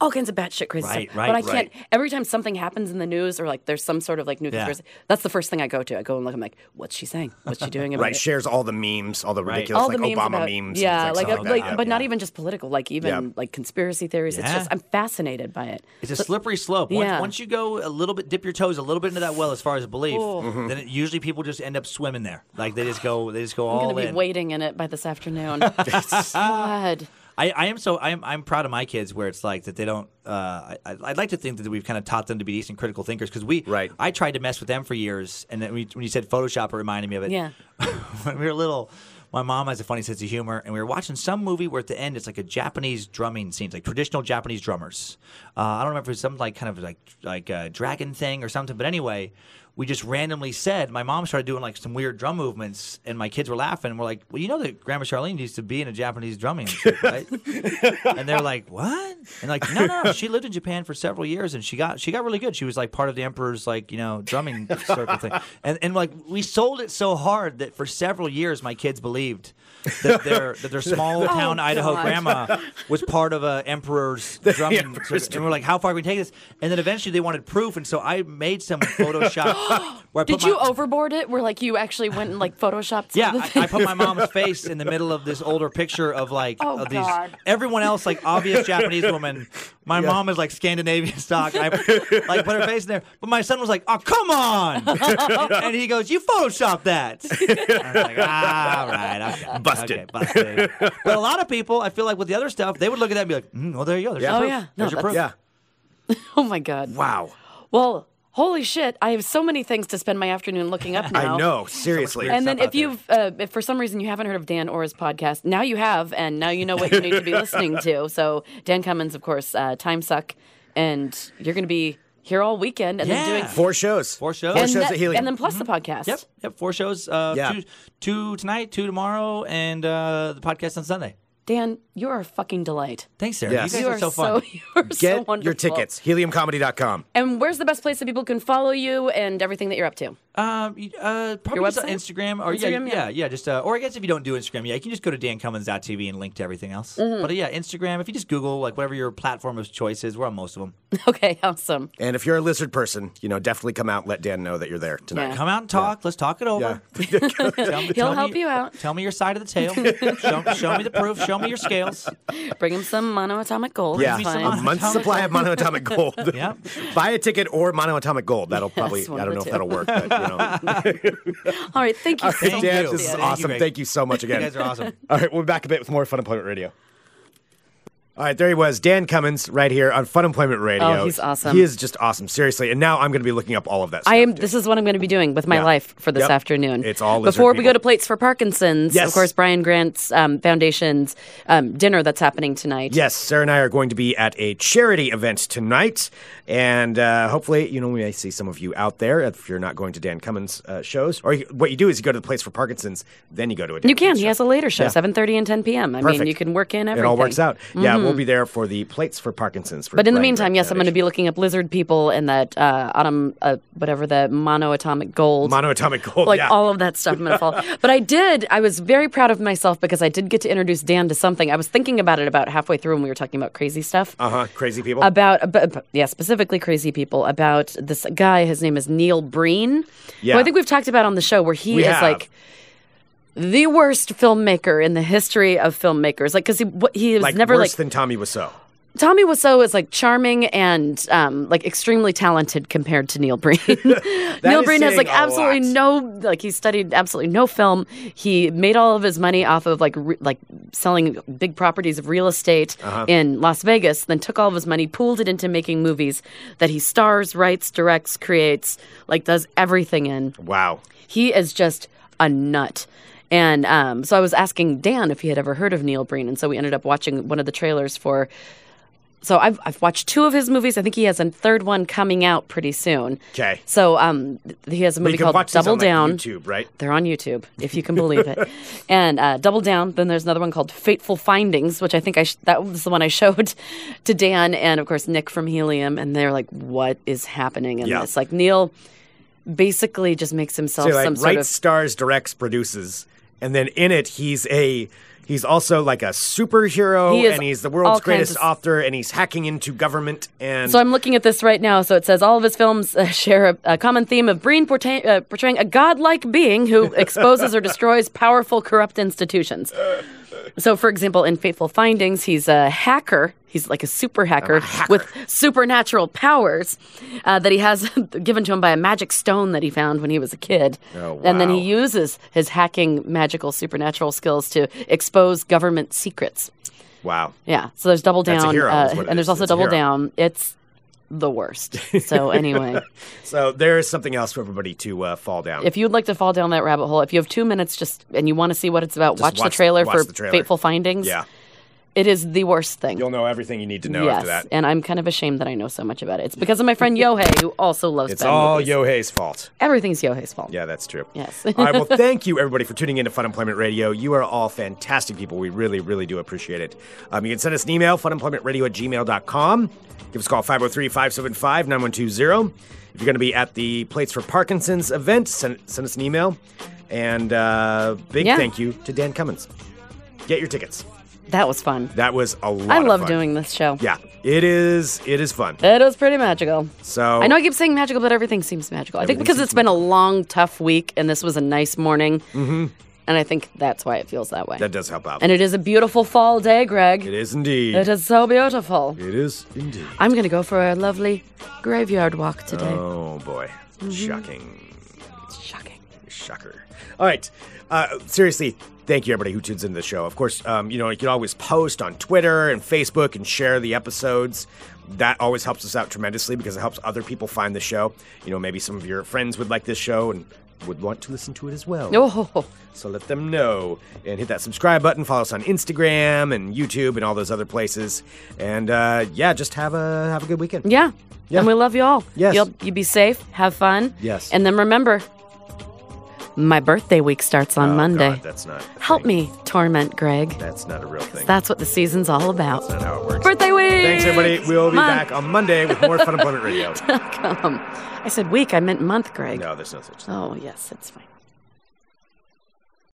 [SPEAKER 6] all kinds of batshit crazy
[SPEAKER 7] Right,
[SPEAKER 6] stuff.
[SPEAKER 7] right,
[SPEAKER 6] but I
[SPEAKER 7] right.
[SPEAKER 6] can't. Every time something happens in the news or like there's some sort of like new
[SPEAKER 7] Yeah.
[SPEAKER 6] conspiracy, that's the first thing I go to. I go and look. I'm like, what's she saying? What's she doing about
[SPEAKER 5] Right.
[SPEAKER 6] it?
[SPEAKER 5] Shares all the memes, all the ridiculous,
[SPEAKER 6] all
[SPEAKER 5] like
[SPEAKER 6] the memes
[SPEAKER 5] Obama
[SPEAKER 6] about,
[SPEAKER 5] memes. and
[SPEAKER 6] yeah,
[SPEAKER 5] things
[SPEAKER 6] like
[SPEAKER 5] like,
[SPEAKER 6] uh,
[SPEAKER 5] that.
[SPEAKER 6] like,
[SPEAKER 5] Yeah.
[SPEAKER 6] but not even just political, like even
[SPEAKER 5] Yeah.
[SPEAKER 6] like conspiracy theories. It's
[SPEAKER 7] Yeah.
[SPEAKER 6] just I'm fascinated by it.
[SPEAKER 7] It's a slippery slope. Once,
[SPEAKER 6] Yeah.
[SPEAKER 7] once you go a little bit, dip your toes a little bit into that well, as far as belief,
[SPEAKER 6] Oh.
[SPEAKER 5] Mm-hmm.
[SPEAKER 7] then it, usually people just end up swimming there. Like they just go, they just go
[SPEAKER 6] I'm
[SPEAKER 7] all
[SPEAKER 6] gonna be
[SPEAKER 7] in.
[SPEAKER 6] waiting in it by this afternoon. God.
[SPEAKER 7] I, I am so I'm I'm proud of my kids where it's like that they don't. Uh, I, I'd like to think that we've kind of taught them to be decent critical thinkers because we.
[SPEAKER 5] Right.
[SPEAKER 7] I tried to mess with them for years, and then we, when you said Photoshop, it reminded me of it.
[SPEAKER 6] Yeah.
[SPEAKER 7] when we were little, my mom has a funny sense of humor, and we were watching some movie where at the end it's like a Japanese drumming scene, like traditional Japanese drummers. Uh, I don't remember if it was some like kind of like like a dragon thing or something, but anyway, we just randomly said my mom started doing like some weird drum movements, and my kids were laughing. And we're like, well, you know that Grandma Charlene used to be in a Japanese drumming, group, right? and they're like, what? And like, no, no, she lived in Japan for several years, and she got she got really good. She was like part of the emperor's like you know drumming circle thing, and and like we sold it so hard that for several years my kids believed that their that their small town Idaho
[SPEAKER 6] Oh, God.
[SPEAKER 7] grandma was part of a emperor's drumming.
[SPEAKER 5] emperor's
[SPEAKER 7] circle. and we're like, how far can we take this? And then eventually they wanted proof, and so I made some Photoshop. where I put
[SPEAKER 6] Did you
[SPEAKER 7] my-
[SPEAKER 6] overboard it? Where like you actually went and like photoshopped? some
[SPEAKER 7] yeah,
[SPEAKER 6] of the
[SPEAKER 7] I, I
[SPEAKER 6] things?
[SPEAKER 7] put my mom's face in the middle of this older picture of like
[SPEAKER 6] Oh,
[SPEAKER 7] of these
[SPEAKER 6] God.
[SPEAKER 7] everyone else like obvious Japanese woman. My mom is like Scandinavian stock. I like put her face in there, but my son was like, "Oh, come on!" and he goes, "You photoshopped that." I was like, "Ah, right, okay,
[SPEAKER 5] Busted.
[SPEAKER 7] okay, busted." But a lot of people, I feel like with the other stuff, they would look at that and be like, mm, "Well, there you go. There's your
[SPEAKER 5] Yeah. Oh,
[SPEAKER 7] proof.
[SPEAKER 6] yeah. No,
[SPEAKER 7] There's your
[SPEAKER 6] that's-
[SPEAKER 7] proof."
[SPEAKER 5] Yeah.
[SPEAKER 6] oh my god!
[SPEAKER 5] Wow.
[SPEAKER 6] Well, holy shit! I have so many things to spend my afternoon looking up now.
[SPEAKER 5] I know. Seriously.
[SPEAKER 6] And then
[SPEAKER 7] stuff
[SPEAKER 6] if
[SPEAKER 7] out there.
[SPEAKER 6] you've, uh, if for some reason you haven't heard of Dan Ora's podcast, now you have, and now you know what you need to be listening to. So Dan Cummins, of course, uh, Time Suck, and you're going to be here all weekend and
[SPEAKER 7] Yeah.
[SPEAKER 6] then doing
[SPEAKER 5] Four shows.
[SPEAKER 7] Four shows.
[SPEAKER 5] Four
[SPEAKER 6] and
[SPEAKER 5] shows
[SPEAKER 6] that-
[SPEAKER 5] at Helium. Mm-hmm.
[SPEAKER 6] and then plus the podcast.
[SPEAKER 7] Yep, yep. Four shows. Uh,
[SPEAKER 5] Yeah.
[SPEAKER 7] two, two tonight, two tomorrow, and uh, the podcast on Sunday.
[SPEAKER 6] Dan, you are a fucking delight.
[SPEAKER 7] Thanks, Sarah.
[SPEAKER 5] Yes.
[SPEAKER 7] You guys
[SPEAKER 6] You
[SPEAKER 7] are,
[SPEAKER 6] are
[SPEAKER 7] so fun.
[SPEAKER 6] you are so
[SPEAKER 5] Get
[SPEAKER 6] wonderful.
[SPEAKER 5] your tickets. Heliumcomedy.com.
[SPEAKER 6] And where's the best place that people can follow you and everything that you're up to?
[SPEAKER 7] Um, you- uh, probably
[SPEAKER 6] Your
[SPEAKER 7] just on
[SPEAKER 6] website?
[SPEAKER 7] Instagram or
[SPEAKER 6] Instagram,
[SPEAKER 7] yeah,
[SPEAKER 6] yeah.
[SPEAKER 7] yeah, yeah, just uh, or I guess if you don't do Instagram, yeah, you can just go to dancummins.tv and link to everything else.
[SPEAKER 6] Mm-hmm.
[SPEAKER 7] But uh, yeah, Instagram. If you just Google like whatever your platform of choice is, we're on most of them.
[SPEAKER 6] Okay, awesome.
[SPEAKER 5] And if you're a lizard person, you know, definitely come out and let Dan know that you're there tonight.
[SPEAKER 6] Yeah.
[SPEAKER 7] Come out and talk. Let's talk it over. Tell me- tell me-
[SPEAKER 6] help you out.
[SPEAKER 7] Tell me your side of the tale. show, show me the proof. Show me your scales.
[SPEAKER 6] Bring him some monoatomic gold.
[SPEAKER 5] Yeah,
[SPEAKER 6] It's
[SPEAKER 5] a
[SPEAKER 6] fine.
[SPEAKER 5] month's supply of monoatomic gold.
[SPEAKER 7] Yep.
[SPEAKER 5] Buy a ticket or monoatomic gold. That'll probably,
[SPEAKER 6] one
[SPEAKER 5] I
[SPEAKER 6] of
[SPEAKER 5] don't know
[SPEAKER 6] the two.
[SPEAKER 5] if that'll work. But, you know.
[SPEAKER 6] All right, thank you
[SPEAKER 5] All
[SPEAKER 6] so
[SPEAKER 5] right,
[SPEAKER 6] much.
[SPEAKER 5] Dan,
[SPEAKER 7] you.
[SPEAKER 5] this is
[SPEAKER 7] Thank you,
[SPEAKER 5] awesome.
[SPEAKER 7] Greg.
[SPEAKER 5] Thank you so much
[SPEAKER 7] You
[SPEAKER 5] again.
[SPEAKER 7] guys are awesome.
[SPEAKER 5] All right, we'll be back a bit with more Fun Employment Radio. All right, there he was, Dan Cummins, right here on Fun Employment Radio.
[SPEAKER 6] Oh, he's awesome.
[SPEAKER 5] He is just awesome, seriously. And now I'm going to be looking up all of that stuff.
[SPEAKER 6] I am. This is what I'm going to be doing with my
[SPEAKER 5] Yeah.
[SPEAKER 6] life for this
[SPEAKER 5] Yep.
[SPEAKER 6] afternoon.
[SPEAKER 5] It's all lizard
[SPEAKER 6] before we
[SPEAKER 5] people.
[SPEAKER 6] go to plates for Parkinson's.
[SPEAKER 5] Yes.
[SPEAKER 6] Of course, Brian Grant's um, foundation's um, dinner that's happening tonight.
[SPEAKER 5] Yes, Sarah and I are going to be at a charity event tonight, and uh, hopefully, you know, we may see some of you out there if you're not going to Dan Cummins' uh, shows. Or you, what you do is you go to the place for Parkinson's, then you go to a. Dan
[SPEAKER 6] You can.
[SPEAKER 5] Cummins
[SPEAKER 6] He
[SPEAKER 5] show.
[SPEAKER 6] has a later show,
[SPEAKER 5] Yeah.
[SPEAKER 6] 7:30 and 10 p.m. I mean,
[SPEAKER 5] Perfect.
[SPEAKER 6] you can work in
[SPEAKER 5] It
[SPEAKER 6] everything. Mm-hmm.
[SPEAKER 5] all works out. Yeah, we'll be there for the plates for Parkinson's. For
[SPEAKER 6] But in the
[SPEAKER 5] Brian
[SPEAKER 6] meantime,
[SPEAKER 5] Grant
[SPEAKER 6] yes, I'm going to
[SPEAKER 5] Foundation.
[SPEAKER 6] be looking up lizard people and that uh, autumn, uh, whatever the monoatomic gold.
[SPEAKER 5] monoatomic gold.
[SPEAKER 6] like
[SPEAKER 5] yeah.
[SPEAKER 6] all of that stuff. I'm gonna fall. But I did. I was very proud of myself because I did get to introduce Dan to something. I was thinking about it about halfway through when we were talking about crazy stuff.
[SPEAKER 5] uh huh. Crazy people.
[SPEAKER 6] About, ab- ab- yeah, specifically crazy people. About this guy, his name is Neil Breen.
[SPEAKER 5] Yeah.
[SPEAKER 6] who I think we've talked about on the show where he
[SPEAKER 5] We
[SPEAKER 6] is
[SPEAKER 5] have.
[SPEAKER 6] like the worst filmmaker in the history of filmmakers. Like, because he wh- he was
[SPEAKER 5] like
[SPEAKER 6] never
[SPEAKER 5] worse
[SPEAKER 6] like
[SPEAKER 5] than Tommy Wiseau.
[SPEAKER 6] Tommy Wiseau is like charming and um, like extremely talented compared to Neil Breen. Neil
[SPEAKER 5] is
[SPEAKER 6] Breen has
[SPEAKER 5] saying
[SPEAKER 6] like
[SPEAKER 5] a
[SPEAKER 6] absolutely
[SPEAKER 5] lot.
[SPEAKER 6] no like he studied absolutely no film. He made all of his money off of like re- like selling big properties of real estate
[SPEAKER 5] Uh-huh.
[SPEAKER 6] in Las Vegas. Then took all of his money, pooled it into making movies that he stars, writes, directs, creates, like does everything in
[SPEAKER 5] Wow.
[SPEAKER 6] he is just a nut. And um, so I was asking Dan if he had ever heard of Neil Breen, and so we ended up watching one of the trailers for. So I've I've watched two of his movies. I think he has a third one coming out pretty soon.
[SPEAKER 5] 'Kay.
[SPEAKER 6] So um, th- he has a
[SPEAKER 5] But
[SPEAKER 6] movie
[SPEAKER 5] you can
[SPEAKER 6] called
[SPEAKER 5] watch these
[SPEAKER 6] Double
[SPEAKER 5] on, like,
[SPEAKER 6] Down.
[SPEAKER 5] YouTube, right?
[SPEAKER 6] They're on YouTube, if you can believe it. and uh, Double Down. Then there's another one called Fateful Findings, which I think I sh- that was the one I showed to Dan and of course Nick from Helium. And they're like, "What is happening in
[SPEAKER 5] Yeah.
[SPEAKER 6] this?" Like Neil basically just makes himself
[SPEAKER 5] So like
[SPEAKER 6] some
[SPEAKER 5] writes,
[SPEAKER 6] sort of
[SPEAKER 5] stars, directs, produces, and then in it he's a he's also like a superhero,
[SPEAKER 6] He is
[SPEAKER 5] and he's the
[SPEAKER 6] all
[SPEAKER 5] world's
[SPEAKER 6] kinds
[SPEAKER 5] greatest
[SPEAKER 6] of-
[SPEAKER 5] author, and he's hacking into government and
[SPEAKER 6] So I'm looking at this right now. So it says all of his films uh, share a, a common theme of Breen portray- uh, portraying a godlike being who exposes or destroys powerful, corrupt institutions. So, for example, in Fateful Findings, he's a hacker. He's like a super hacker, with supernatural powers uh, that he has given to him by a magic stone that he found when he was a kid.
[SPEAKER 5] Oh,
[SPEAKER 6] And then he
[SPEAKER 5] wow.
[SPEAKER 6] uses his hacking, magical, supernatural skills to expose government secrets.
[SPEAKER 5] wow.
[SPEAKER 6] Yeah. So there's double down,
[SPEAKER 5] That's a hero,
[SPEAKER 6] uh,
[SPEAKER 5] is what it
[SPEAKER 6] and
[SPEAKER 5] is.
[SPEAKER 6] there's also
[SPEAKER 5] It's a
[SPEAKER 6] double
[SPEAKER 5] hero.
[SPEAKER 6] down. It's the worst. So anyway,
[SPEAKER 5] So there is something else for everybody to uh, fall down.
[SPEAKER 6] if you'd like to fall down that rabbit hole, if you have two minutes, just and you want to see what it's about, watch, the
[SPEAKER 5] watch-
[SPEAKER 6] trailer
[SPEAKER 5] watch
[SPEAKER 6] for
[SPEAKER 5] the trailer.
[SPEAKER 6] Fateful Findings.
[SPEAKER 5] yeah,
[SPEAKER 6] It is the worst thing.
[SPEAKER 5] you'll know everything you need to know
[SPEAKER 6] yes,
[SPEAKER 5] after that.
[SPEAKER 6] and I'm kind of ashamed that I know so much about it. It's because of my friend Yohei, who also loves
[SPEAKER 5] It's
[SPEAKER 6] bad
[SPEAKER 5] all
[SPEAKER 6] movies.
[SPEAKER 5] Yohei's fault.
[SPEAKER 6] Everything's Yohei's fault.
[SPEAKER 5] Yeah, that's true.
[SPEAKER 6] Yes.
[SPEAKER 5] all right. Well, thank you everybody for tuning in to Fun Employment Radio. You are all fantastic people. We really, really do appreciate it. Um, you can send us an email, funemploymentradio at gmail.com. Give us a call, 503 575 9120. If you're going to be at the Plates for Parkinson's event, send, send us an email. And uh, big
[SPEAKER 6] Yeah.
[SPEAKER 5] thank you to Dan Cummins. Get your tickets.
[SPEAKER 6] That was fun.
[SPEAKER 5] That was a lot
[SPEAKER 6] I
[SPEAKER 5] of
[SPEAKER 6] love
[SPEAKER 5] fun.
[SPEAKER 6] doing this show.
[SPEAKER 5] Yeah, it is. It is fun.
[SPEAKER 6] It was pretty magical.
[SPEAKER 5] So
[SPEAKER 6] I know I keep saying magical, but everything seems magical. I think because it's been a long, tough week, and this was a nice morning, mm-hmm. and I think that's why it feels that way.
[SPEAKER 5] that does help out.
[SPEAKER 6] and it is a beautiful fall day, Greg.
[SPEAKER 5] it is indeed.
[SPEAKER 6] It is so beautiful.
[SPEAKER 5] It is indeed.
[SPEAKER 6] I'm going to go for a lovely graveyard walk today.
[SPEAKER 5] Oh boy, shocking.
[SPEAKER 6] It's Mm-hmm. shocking.
[SPEAKER 5] Shocker. All right. Uh, seriously, thank you everybody who tunes into the show. Of course, um, you know, you can always post on Twitter and Facebook and share the episodes. That always helps us out tremendously because it helps other people find the show. You know, maybe some of your friends would like this show and would want to listen to it as well.
[SPEAKER 6] Oh,
[SPEAKER 5] So let them know and hit that subscribe button. Follow us on Instagram and YouTube and all those other places. And uh, yeah, just have a have a good weekend.
[SPEAKER 6] yeah.
[SPEAKER 5] Yeah.
[SPEAKER 6] And we love you all.
[SPEAKER 5] Yes.
[SPEAKER 6] You'll, you be safe. Have fun.
[SPEAKER 5] Yes.
[SPEAKER 6] And then remember, my birthday week starts on
[SPEAKER 5] Oh,
[SPEAKER 6] Monday.
[SPEAKER 5] God, that's not. a
[SPEAKER 6] Help
[SPEAKER 5] thing.
[SPEAKER 6] me torment Greg.
[SPEAKER 5] That's not a real thing.
[SPEAKER 6] That's what the season's all about.
[SPEAKER 5] That's not how it works.
[SPEAKER 6] Birthday week.
[SPEAKER 5] Thanks, everybody. We'll be
[SPEAKER 6] Month.
[SPEAKER 5] back on Monday with more Fun Employment Radio.
[SPEAKER 6] Come. I said week. I meant month, Greg.
[SPEAKER 5] No, there's no such thing.
[SPEAKER 6] Oh yes, it's fine.